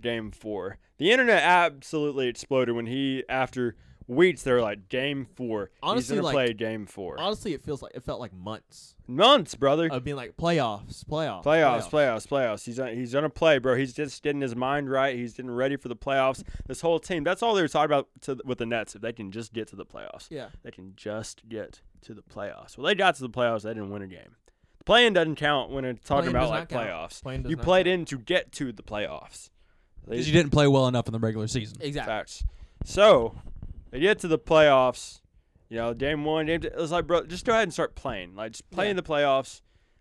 [SPEAKER 4] Game Four. The internet absolutely exploded when he, after weeks, they were like, "Game Four,
[SPEAKER 3] Honestly,
[SPEAKER 4] he's gonna
[SPEAKER 3] like-
[SPEAKER 4] play Game Four.
[SPEAKER 3] honestly, it feels like it felt like months
[SPEAKER 4] Months, brother.
[SPEAKER 3] of being like playoffs, uh, playoffs,
[SPEAKER 4] Playoffs, playoffs, playoffs. He's gonna, he's gonna play, bro. He's just getting his mind right. He's getting ready for the playoffs. This whole team. That's all they were talking about to, with the Nets. If they can just get to the playoffs,
[SPEAKER 3] Yeah,
[SPEAKER 4] they can just get to the playoffs. Well, they got to the playoffs. They didn't win a game. The play-in doesn't count when it's talking
[SPEAKER 3] Play-in
[SPEAKER 4] about
[SPEAKER 3] does
[SPEAKER 4] like
[SPEAKER 3] not count.
[SPEAKER 4] playoffs.
[SPEAKER 3] Play-in does
[SPEAKER 4] You
[SPEAKER 3] not
[SPEAKER 4] played in to get to the playoffs. They
[SPEAKER 2] because you didn't play well enough in the regular season.
[SPEAKER 3] exactly.
[SPEAKER 4] facts. So they get to the playoffs. You know, game one, game. Two, it was like, bro, just go ahead and start playing. Like, just play
[SPEAKER 3] Yeah.
[SPEAKER 4] in the playoffs.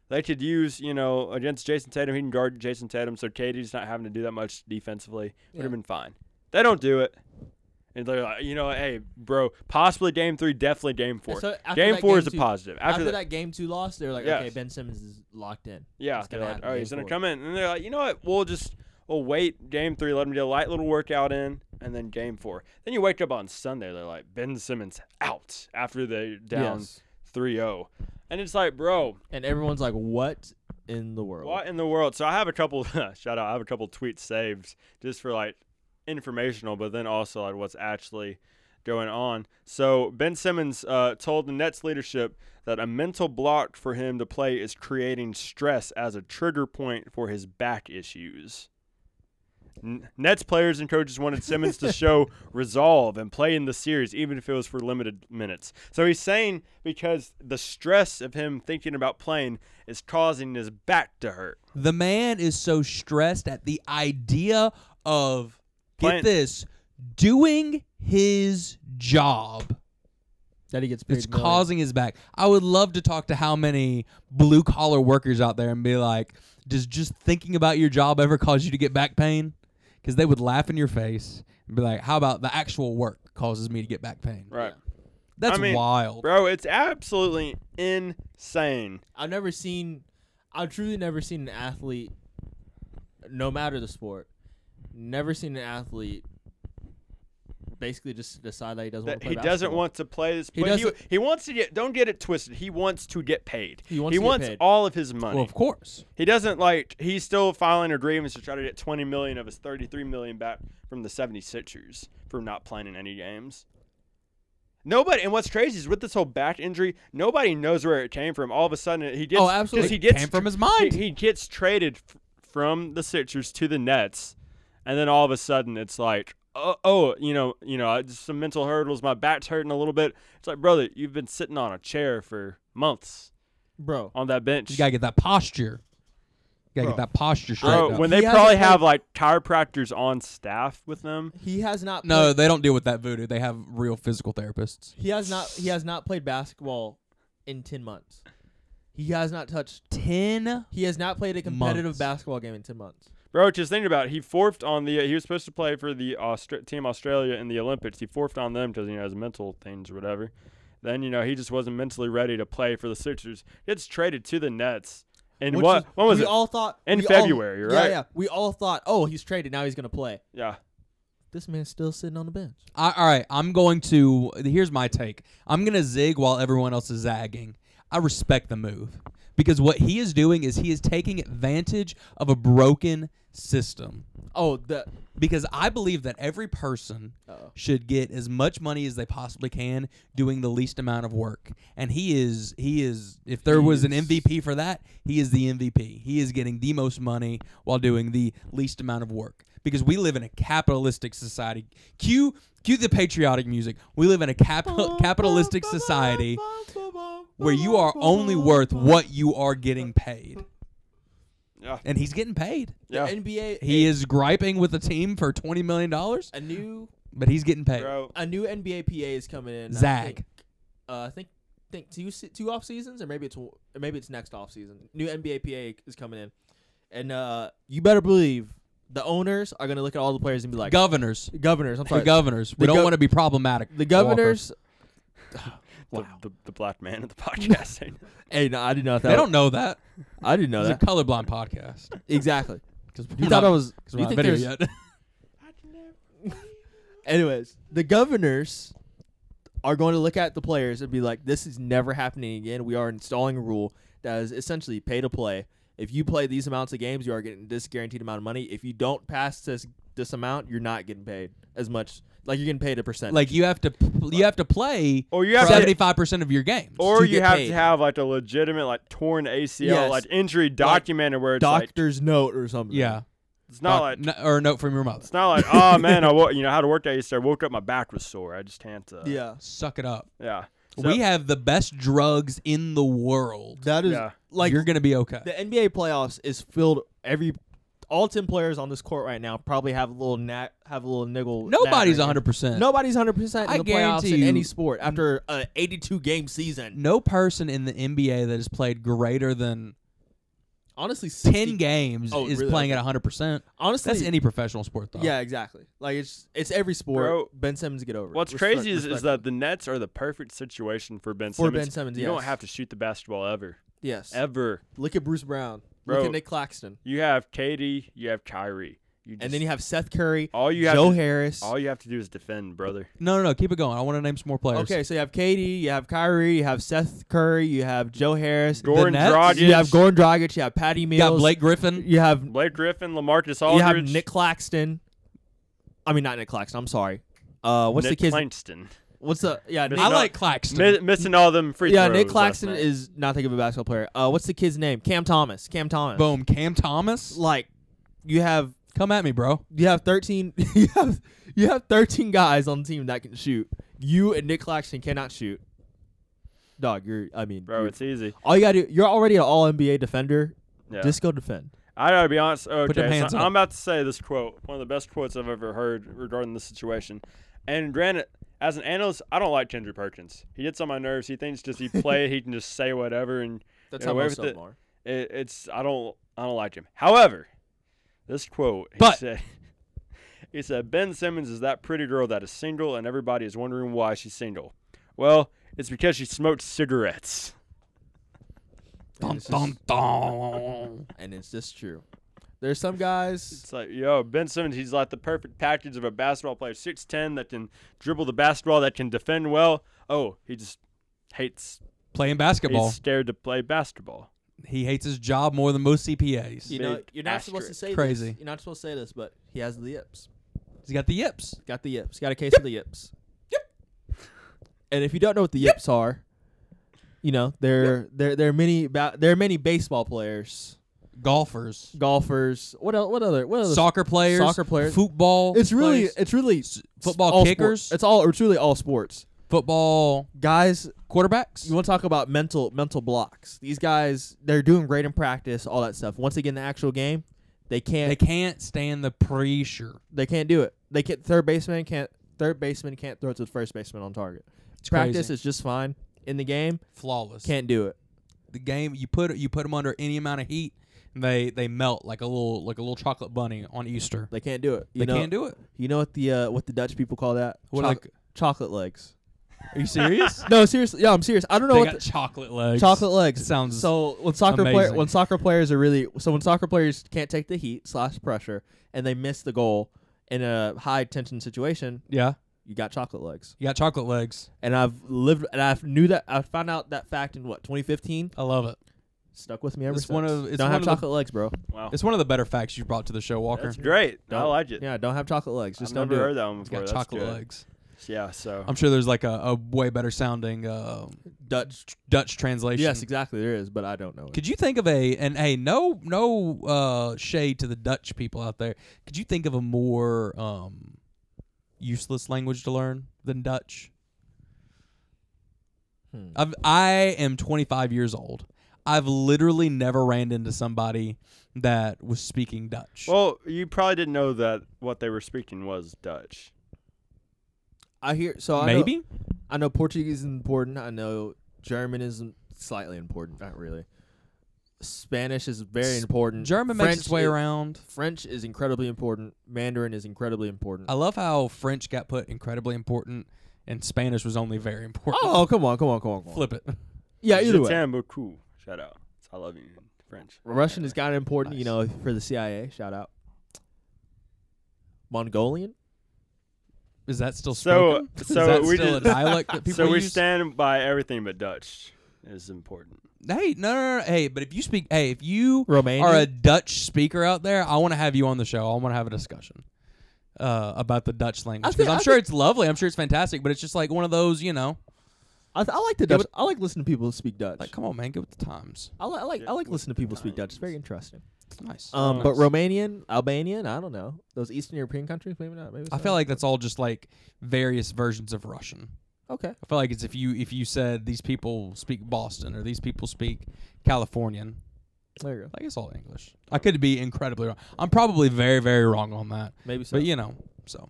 [SPEAKER 4] They could use, you know, against Jason Tatum. He can guard Jason Tatum, so KD's not having to do that much defensively. Would
[SPEAKER 3] Yeah.
[SPEAKER 4] have been fine. They don't do it. And they're like, you know, hey, bro, possibly game three, definitely game four.
[SPEAKER 3] so after
[SPEAKER 4] game
[SPEAKER 3] that
[SPEAKER 4] four
[SPEAKER 3] game
[SPEAKER 4] is a
[SPEAKER 3] two-
[SPEAKER 4] positive. After,
[SPEAKER 3] After,
[SPEAKER 4] that,
[SPEAKER 3] that game two loss, they were like,
[SPEAKER 4] Yes.
[SPEAKER 3] okay, Ben Simmons is locked in.
[SPEAKER 4] yeah,
[SPEAKER 3] It's
[SPEAKER 4] they're
[SPEAKER 3] gonna
[SPEAKER 4] like,
[SPEAKER 3] happen,
[SPEAKER 4] oh,
[SPEAKER 3] game
[SPEAKER 4] he's gonna
[SPEAKER 3] four."
[SPEAKER 4] come in, and they're like, you know what? We'll just we'll wait game three, let him get a light little workout in, and then game four. Then you wake up on Sunday, they're like, Ben Simmons out after they down
[SPEAKER 3] Yes.
[SPEAKER 4] three zero, and it's like, bro,
[SPEAKER 3] and everyone's like, what in the world?
[SPEAKER 4] what in the world? So I have a couple shout out. I have a couple tweets saved just for like informational, but then also like what's actually going on. So Ben Simmons uh, told the Nets leadership that a mental block for him to play is creating stress as a trigger point for his back issues. N- Nets players and coaches wanted Simmons to show resolve and play in the series, even if it was for limited minutes. So he's saying because the stress of him thinking about playing is causing his back to hurt.
[SPEAKER 2] The man is so stressed at the idea of
[SPEAKER 4] Playing-
[SPEAKER 2] get this doing his job.
[SPEAKER 3] That he gets paid
[SPEAKER 2] It's
[SPEAKER 3] millions.
[SPEAKER 2] causing his back. I would love to talk to how many blue collar workers out there and be like, does just thinking about your job ever cause you to get back pain? Because they would laugh in your face and be like, how about the actual work causes me to get back pain?
[SPEAKER 4] Right.
[SPEAKER 2] That's
[SPEAKER 4] I mean,
[SPEAKER 2] wild.
[SPEAKER 4] Bro, it's absolutely insane.
[SPEAKER 3] I've never seen, I've truly never seen an athlete, no matter the sport, never seen an athlete basically just decide that he doesn't want
[SPEAKER 4] That
[SPEAKER 3] to play
[SPEAKER 4] he doesn't
[SPEAKER 3] basketball.
[SPEAKER 4] want to play this.
[SPEAKER 3] He
[SPEAKER 4] but he,
[SPEAKER 3] doesn't-
[SPEAKER 4] he wants to get. Don't get it twisted. He wants to get paid.
[SPEAKER 3] He wants to get paid.
[SPEAKER 4] all of his money.
[SPEAKER 2] Well, of course.
[SPEAKER 4] he doesn't like. He's still filing agreements to try to get 20 million of his 33 million back from the 76ers for not playing in any games. Nobody. And what's crazy is with this whole back injury, nobody knows where it came from. All of a sudden, he gets.
[SPEAKER 2] oh, absolutely.
[SPEAKER 4] 'cause He gets
[SPEAKER 2] came from his
[SPEAKER 4] he,
[SPEAKER 2] mind.
[SPEAKER 4] he gets traded f- from the Sixers to the Nets, and then all of a sudden it's like, oh, oh you know, you know, I- just some mental hurdles. My back's hurting a little bit. It's like, brother, you've been sitting on a chair for months
[SPEAKER 3] Bro,
[SPEAKER 4] on that bench.
[SPEAKER 2] You gotta get that posture. You gotta
[SPEAKER 3] Bro.
[SPEAKER 2] get that posture straight.
[SPEAKER 4] Bro, when they
[SPEAKER 3] He
[SPEAKER 4] probably
[SPEAKER 3] hasn't
[SPEAKER 4] have like chiropractors on staff with them.
[SPEAKER 3] he has not
[SPEAKER 2] no,
[SPEAKER 3] played,
[SPEAKER 2] they don't deal with that voodoo. They have real physical therapists.
[SPEAKER 3] he has not he has not played basketball in 10 months. He has not touched
[SPEAKER 2] Ten.
[SPEAKER 3] he has not played a competitive
[SPEAKER 2] Months.
[SPEAKER 3] basketball game in 10 months.
[SPEAKER 4] Bro, just think about it. He forfed on the. uh, He was supposed to play for the Austra- team Australia in the Olympics. He forfed on them because you know his mental things or whatever. Then you know he just wasn't mentally ready to play for the Sixers. Gets traded to the Nets. And
[SPEAKER 3] Which
[SPEAKER 4] what?
[SPEAKER 3] is-
[SPEAKER 4] when was
[SPEAKER 3] we
[SPEAKER 4] it?
[SPEAKER 3] all thought
[SPEAKER 4] In
[SPEAKER 3] we all-
[SPEAKER 4] February,
[SPEAKER 3] Yeah,
[SPEAKER 4] right?
[SPEAKER 3] yeah. We all thought, oh, he's traded. Now he's gonna play.
[SPEAKER 4] yeah.
[SPEAKER 3] This man's still sitting on the bench.
[SPEAKER 2] I, all right, I'm going to. Here's my take. I'm going to zig while everyone else is zagging. I respect the move because what he is doing is he is taking advantage of a broken system.
[SPEAKER 3] Oh, the
[SPEAKER 2] Because I believe that every person
[SPEAKER 3] Uh-oh.
[SPEAKER 2] should get as much money as they possibly can doing the least amount of work. And he is he is if there was an
[SPEAKER 4] Yes.
[SPEAKER 2] MVP for that, he is the MVP. He is getting the most money while doing the least amount of work. Because we live in a capitalistic society. Cue cue the patriotic music. We live in a cap- capitalistic society where you are only worth what you are getting paid.
[SPEAKER 4] Yeah.
[SPEAKER 2] And he's getting paid.
[SPEAKER 3] the
[SPEAKER 4] Yeah.
[SPEAKER 3] NBA.
[SPEAKER 2] He is griping with a team for twenty million dollars,
[SPEAKER 3] a new
[SPEAKER 2] but he's getting paid.
[SPEAKER 4] Bro.
[SPEAKER 3] a new NBA PA is coming in. I
[SPEAKER 2] Zag.
[SPEAKER 3] think, uh, I think think two se- two off seasons, or maybe it's w- or maybe it's next off season. New NBA PA is coming in, and uh, you better believe the owners are gonna look at all the players and be like,
[SPEAKER 2] Governors.
[SPEAKER 3] governors. I'm sorry,
[SPEAKER 2] the governors. We
[SPEAKER 3] The
[SPEAKER 2] don't
[SPEAKER 3] gov-
[SPEAKER 2] want to be problematic.
[SPEAKER 3] the governors.
[SPEAKER 4] The, the, the black man of the podcasting.
[SPEAKER 3] Hey, no, I didn't know that.
[SPEAKER 2] They don't know that.
[SPEAKER 3] I didn't know
[SPEAKER 2] It's a
[SPEAKER 3] that
[SPEAKER 2] colorblind podcast.
[SPEAKER 3] exactly.
[SPEAKER 2] Because
[SPEAKER 3] You thought I was.
[SPEAKER 2] we're
[SPEAKER 3] You
[SPEAKER 2] not
[SPEAKER 3] think
[SPEAKER 2] video
[SPEAKER 3] there's-
[SPEAKER 2] yet.
[SPEAKER 3] Anyways, the governors are going to look at the players and be like, "This is never happening again. We are installing a rule that is essentially pay to play. If you play these amounts of games, you are getting this guaranteed amount of money. If you don't pass this this amount, you're not getting paid as much. Like you're getting paid a percent.
[SPEAKER 2] like you have to, p- you have to play
[SPEAKER 4] Or you have to-
[SPEAKER 2] seventy five percent of your games.
[SPEAKER 4] Or
[SPEAKER 3] to
[SPEAKER 4] you
[SPEAKER 3] get
[SPEAKER 4] have
[SPEAKER 3] paid.
[SPEAKER 4] to have like a legitimate like torn ACL
[SPEAKER 3] Yes.
[SPEAKER 4] like injury documented where it's like
[SPEAKER 3] doctor's note or something.
[SPEAKER 2] yeah,
[SPEAKER 4] it's not
[SPEAKER 2] Doc-
[SPEAKER 4] like
[SPEAKER 2] n- or a note from your mother.
[SPEAKER 4] it's not like oh man I wo- you know I had to work day yesterday I woke up my back was sore I just can't uh,
[SPEAKER 3] yeah.
[SPEAKER 2] Suck it up.
[SPEAKER 4] yeah So-
[SPEAKER 2] we have the best drugs in the world.
[SPEAKER 3] That is
[SPEAKER 4] Yeah.
[SPEAKER 3] like
[SPEAKER 2] You're gonna be okay.
[SPEAKER 3] the NBA playoffs is filled every. All ten players on this court right now probably have a little nat, have a little niggle.
[SPEAKER 2] Nobody's
[SPEAKER 3] nattering.
[SPEAKER 2] hundred percent.
[SPEAKER 3] Nobody's 100% in
[SPEAKER 2] I
[SPEAKER 3] the playoffs
[SPEAKER 2] guarantee
[SPEAKER 3] in
[SPEAKER 2] you-
[SPEAKER 3] any sport after an 82 game season.
[SPEAKER 2] no person in the NBA that has played greater than
[SPEAKER 3] Honestly, 60,
[SPEAKER 2] ten games
[SPEAKER 3] Oh,
[SPEAKER 2] is
[SPEAKER 3] really?
[SPEAKER 2] playing at hundred percent.
[SPEAKER 3] Honestly,
[SPEAKER 2] That's any professional sport, though.
[SPEAKER 3] yeah, exactly. Like it's it's every sport.
[SPEAKER 4] Bro,
[SPEAKER 3] ben Simmons get over. it.
[SPEAKER 4] What's
[SPEAKER 3] Respect-
[SPEAKER 4] crazy is, is
[SPEAKER 3] respect
[SPEAKER 4] that the Nets are the perfect situation for Ben
[SPEAKER 3] For
[SPEAKER 4] Simmons.
[SPEAKER 3] Ben Simmons,
[SPEAKER 4] you don't
[SPEAKER 3] yes.
[SPEAKER 4] have to shoot the basketball ever,
[SPEAKER 3] it. yes.
[SPEAKER 4] ever.
[SPEAKER 3] Look at Bruce Brown.
[SPEAKER 4] Bro.
[SPEAKER 3] Look at Nick Claxton.
[SPEAKER 4] You have Katie, you have Kyrie, you just,
[SPEAKER 3] And then you have Seth Curry.
[SPEAKER 4] all you have
[SPEAKER 3] Joe
[SPEAKER 4] to,
[SPEAKER 3] Harris.
[SPEAKER 4] all you have to do is defend, brother.
[SPEAKER 2] No, no, no. Keep it going. I want to name some more players.
[SPEAKER 3] okay, so you have Katie, you have Kyrie, you have Seth Curry, you have Joe Harris,
[SPEAKER 4] Goran
[SPEAKER 2] Nets?
[SPEAKER 4] Dragic,
[SPEAKER 3] you have Goran Dragic, you have Patty
[SPEAKER 2] You got
[SPEAKER 3] Mills,
[SPEAKER 2] Blake Griffin.
[SPEAKER 3] you have
[SPEAKER 4] Blake Griffin, LaMarcus
[SPEAKER 3] you have
[SPEAKER 4] Aldridge,
[SPEAKER 3] Nick Claxton. I mean, not Nick Claxton. I'm sorry. Uh, what's
[SPEAKER 4] Nick
[SPEAKER 3] the kid's
[SPEAKER 4] Claxton.
[SPEAKER 3] What's the yeah? Nick,
[SPEAKER 2] I
[SPEAKER 4] Not-
[SPEAKER 2] like Claxton.
[SPEAKER 4] Mi- missing all them free
[SPEAKER 3] yeah,
[SPEAKER 4] throws.
[SPEAKER 3] Nick
[SPEAKER 4] last
[SPEAKER 3] Claxton
[SPEAKER 4] night.
[SPEAKER 3] is not think of a basketball player. Uh, what's the kid's name? Cam Thomas. Cam Thomas.
[SPEAKER 2] Boom. Cam Thomas.
[SPEAKER 3] Like, you have
[SPEAKER 2] Come at me, bro.
[SPEAKER 3] you have thirteen you have you have thirteen guys on the team that can shoot. You and Nick Claxton cannot shoot. Dog, you're. I mean,
[SPEAKER 4] bro.
[SPEAKER 3] you're-
[SPEAKER 4] It's easy.
[SPEAKER 3] all you gotta do. You're already an All NBA defender.
[SPEAKER 4] Yeah.
[SPEAKER 3] Just go defend.
[SPEAKER 4] I gotta be honest. Okay,
[SPEAKER 2] them
[SPEAKER 4] so
[SPEAKER 2] hands up.
[SPEAKER 4] I'm about to say this quote, one of the best quotes I've ever heard regarding this situation. And granted, as an analyst, I don't like Kendrick Perkins. He gets on my nerves. He thinks just he play, he can just say whatever, and
[SPEAKER 3] That's
[SPEAKER 4] Yeah,
[SPEAKER 3] how
[SPEAKER 4] where
[SPEAKER 3] most
[SPEAKER 4] with
[SPEAKER 3] of them
[SPEAKER 4] the-
[SPEAKER 3] are.
[SPEAKER 4] it, it's I don't I don't like him. However, this quote he
[SPEAKER 2] But-
[SPEAKER 4] said he said Ben Simmons is that pretty girl that is single, and everybody is wondering why she's single. Well, it's because she smoked cigarettes.
[SPEAKER 3] And
[SPEAKER 2] Dun,
[SPEAKER 3] it's
[SPEAKER 2] dun,
[SPEAKER 3] just-
[SPEAKER 2] dun.
[SPEAKER 3] and it's just true. There's some guys.
[SPEAKER 4] It's like, yo, Ben Simmons, he's like the perfect package of a basketball player, six ten, that can dribble the basketball, that can defend well. Oh, he just hates.
[SPEAKER 2] Playing
[SPEAKER 4] He's
[SPEAKER 2] basketball.
[SPEAKER 4] scared to play basketball.
[SPEAKER 2] He hates his job more than most CPAs.
[SPEAKER 3] You know,
[SPEAKER 4] big
[SPEAKER 3] you're not supposed to
[SPEAKER 4] asterisk.
[SPEAKER 3] say
[SPEAKER 2] Crazy.
[SPEAKER 3] This. You're not supposed to say this, but he has the yips.
[SPEAKER 2] He's got the yips.
[SPEAKER 3] Got the yips. Got a case of the yips. Yep. And if you don't know what the yips are, you know there there there are many ba- there are many baseball players,
[SPEAKER 2] Golfers.
[SPEAKER 3] golfers. What el- what other what other?
[SPEAKER 2] Soccer players.
[SPEAKER 3] Soccer players.
[SPEAKER 2] Football.
[SPEAKER 3] it's really
[SPEAKER 2] players,
[SPEAKER 3] it's really
[SPEAKER 2] s- football
[SPEAKER 3] all sport-
[SPEAKER 2] kickers.
[SPEAKER 3] It's all it's really all sports.
[SPEAKER 2] football
[SPEAKER 3] Guys,
[SPEAKER 2] quarterbacks.
[SPEAKER 3] you want to talk about mental mental blocks? These guys they're doing great in practice, all that stuff. Once they get in the actual game, they can't
[SPEAKER 2] they can't stand the pressure.
[SPEAKER 3] They can't do it. They can't. Third baseman can't. Third baseman can't throw it to the first baseman on target. Practice
[SPEAKER 2] crazy.
[SPEAKER 3] is just fine. In the game,
[SPEAKER 2] Flawless.
[SPEAKER 3] can't do it.
[SPEAKER 2] the game you put you put them under any amount of heat, and they they melt like a little like a little chocolate bunny on Easter.
[SPEAKER 3] They can't do it. You
[SPEAKER 2] they
[SPEAKER 3] know,
[SPEAKER 2] can't do it.
[SPEAKER 3] You know what the uh, what the Dutch people call that?
[SPEAKER 2] What
[SPEAKER 3] Choc-
[SPEAKER 2] like-
[SPEAKER 3] chocolate legs.
[SPEAKER 2] Are you serious?
[SPEAKER 3] No, seriously. Yeah, I'm serious. I don't know
[SPEAKER 2] they
[SPEAKER 3] what
[SPEAKER 2] got chocolate legs.
[SPEAKER 3] chocolate legs.
[SPEAKER 2] It sounds
[SPEAKER 3] so when soccer player
[SPEAKER 2] amazing.
[SPEAKER 3] when soccer players are really so when soccer players can't take the heat slash pressure and they miss the goal in a high tension situation,
[SPEAKER 2] Yeah,
[SPEAKER 3] you got chocolate legs.
[SPEAKER 2] you got chocolate legs.
[SPEAKER 3] And I've lived and I've knew that I found out that fact in what 2015
[SPEAKER 2] I love it.
[SPEAKER 3] stuck with me ever
[SPEAKER 2] It's
[SPEAKER 3] since.
[SPEAKER 2] one of- it's
[SPEAKER 3] don't
[SPEAKER 2] one
[SPEAKER 3] have
[SPEAKER 2] of the-
[SPEAKER 3] chocolate legs, bro.
[SPEAKER 4] Wow,
[SPEAKER 2] It's one of the better facts you brought to the show, Walker.
[SPEAKER 4] that's great. I
[SPEAKER 3] Don't-
[SPEAKER 4] like it.
[SPEAKER 3] Yeah, don't have chocolate legs. Just
[SPEAKER 4] I've
[SPEAKER 3] don't
[SPEAKER 4] never
[SPEAKER 3] do
[SPEAKER 4] heard
[SPEAKER 3] it.
[SPEAKER 4] that one
[SPEAKER 2] It's
[SPEAKER 4] before.
[SPEAKER 2] got
[SPEAKER 4] That's
[SPEAKER 2] chocolate
[SPEAKER 4] good.
[SPEAKER 2] legs.
[SPEAKER 4] Yeah, so
[SPEAKER 2] I'm sure there's like a, a way better sounding uh,
[SPEAKER 3] Dutch.
[SPEAKER 2] Dutch translation.
[SPEAKER 3] Yes, exactly. There is, but I don't know. it.
[SPEAKER 2] Could you think of a and hey, no no uh, shade to the Dutch people out there. Could you think of a more um, useless language to learn than Dutch?
[SPEAKER 3] Hmm.
[SPEAKER 2] I've, I am 25 years old. I've literally never ran into somebody that was speaking Dutch.
[SPEAKER 4] well, you probably didn't know that what they were speaking was Dutch.
[SPEAKER 3] I hear so I know-
[SPEAKER 2] Maybe
[SPEAKER 3] I know Portuguese is important. I know German is slightly important. Not really. Spanish is very
[SPEAKER 2] S-
[SPEAKER 3] important.
[SPEAKER 2] German
[SPEAKER 3] French
[SPEAKER 2] makes its way
[SPEAKER 3] is-
[SPEAKER 2] around.
[SPEAKER 3] French is incredibly important. Mandarin is incredibly important.
[SPEAKER 2] I love how French got put incredibly important and Spanish was only very important.
[SPEAKER 3] oh, come on, come on, come on, come on.
[SPEAKER 2] flip it.
[SPEAKER 3] Yeah, either
[SPEAKER 4] Je
[SPEAKER 3] way.
[SPEAKER 4] t'aime beaucoup. Shout out. I love you in French.
[SPEAKER 3] Russian is kind of important, you know,
[SPEAKER 2] Nice.
[SPEAKER 3] for the CIA. Shout out. Mongolian?
[SPEAKER 2] Is that still
[SPEAKER 4] So-
[SPEAKER 2] spoken?
[SPEAKER 4] so
[SPEAKER 2] Is that
[SPEAKER 4] we
[SPEAKER 2] still a
[SPEAKER 4] just-
[SPEAKER 2] dialect that people
[SPEAKER 4] So we
[SPEAKER 2] use?
[SPEAKER 4] stand by everything but Dutch is important.
[SPEAKER 2] hey, no, no, no, hey, but if you speak, hey, if you
[SPEAKER 3] Romanian?
[SPEAKER 2] are a Dutch speaker out there, I want to have you on the show. I want to have a discussion uh, about the Dutch language because
[SPEAKER 3] think-
[SPEAKER 2] I'm
[SPEAKER 3] I
[SPEAKER 2] sure it's lovely. I'm sure it's fantastic, but it's just like one of those, you know,
[SPEAKER 3] I, th- I like the
[SPEAKER 2] Yeah,
[SPEAKER 3] Dutch. I like listening to people speak Dutch.
[SPEAKER 2] like come on, man, get with the times.
[SPEAKER 3] I, li- I like I like listening to people speak Dutch. It's very interesting.
[SPEAKER 2] It's nice.
[SPEAKER 3] Um,
[SPEAKER 4] Nice.
[SPEAKER 3] but Romanian, Albanian, I don't know. Those Eastern European countries, maybe not. Maybe it's
[SPEAKER 2] I
[SPEAKER 3] not.
[SPEAKER 2] feel like that's all just like various versions of Russian.
[SPEAKER 3] okay.
[SPEAKER 2] I feel like it's if you if you said these people speak Boston or these people speak Californian,
[SPEAKER 3] There you go.
[SPEAKER 2] like it's all English. I could be incredibly wrong. I'm probably very very wrong on that,
[SPEAKER 3] Maybe so.
[SPEAKER 2] but you know, so.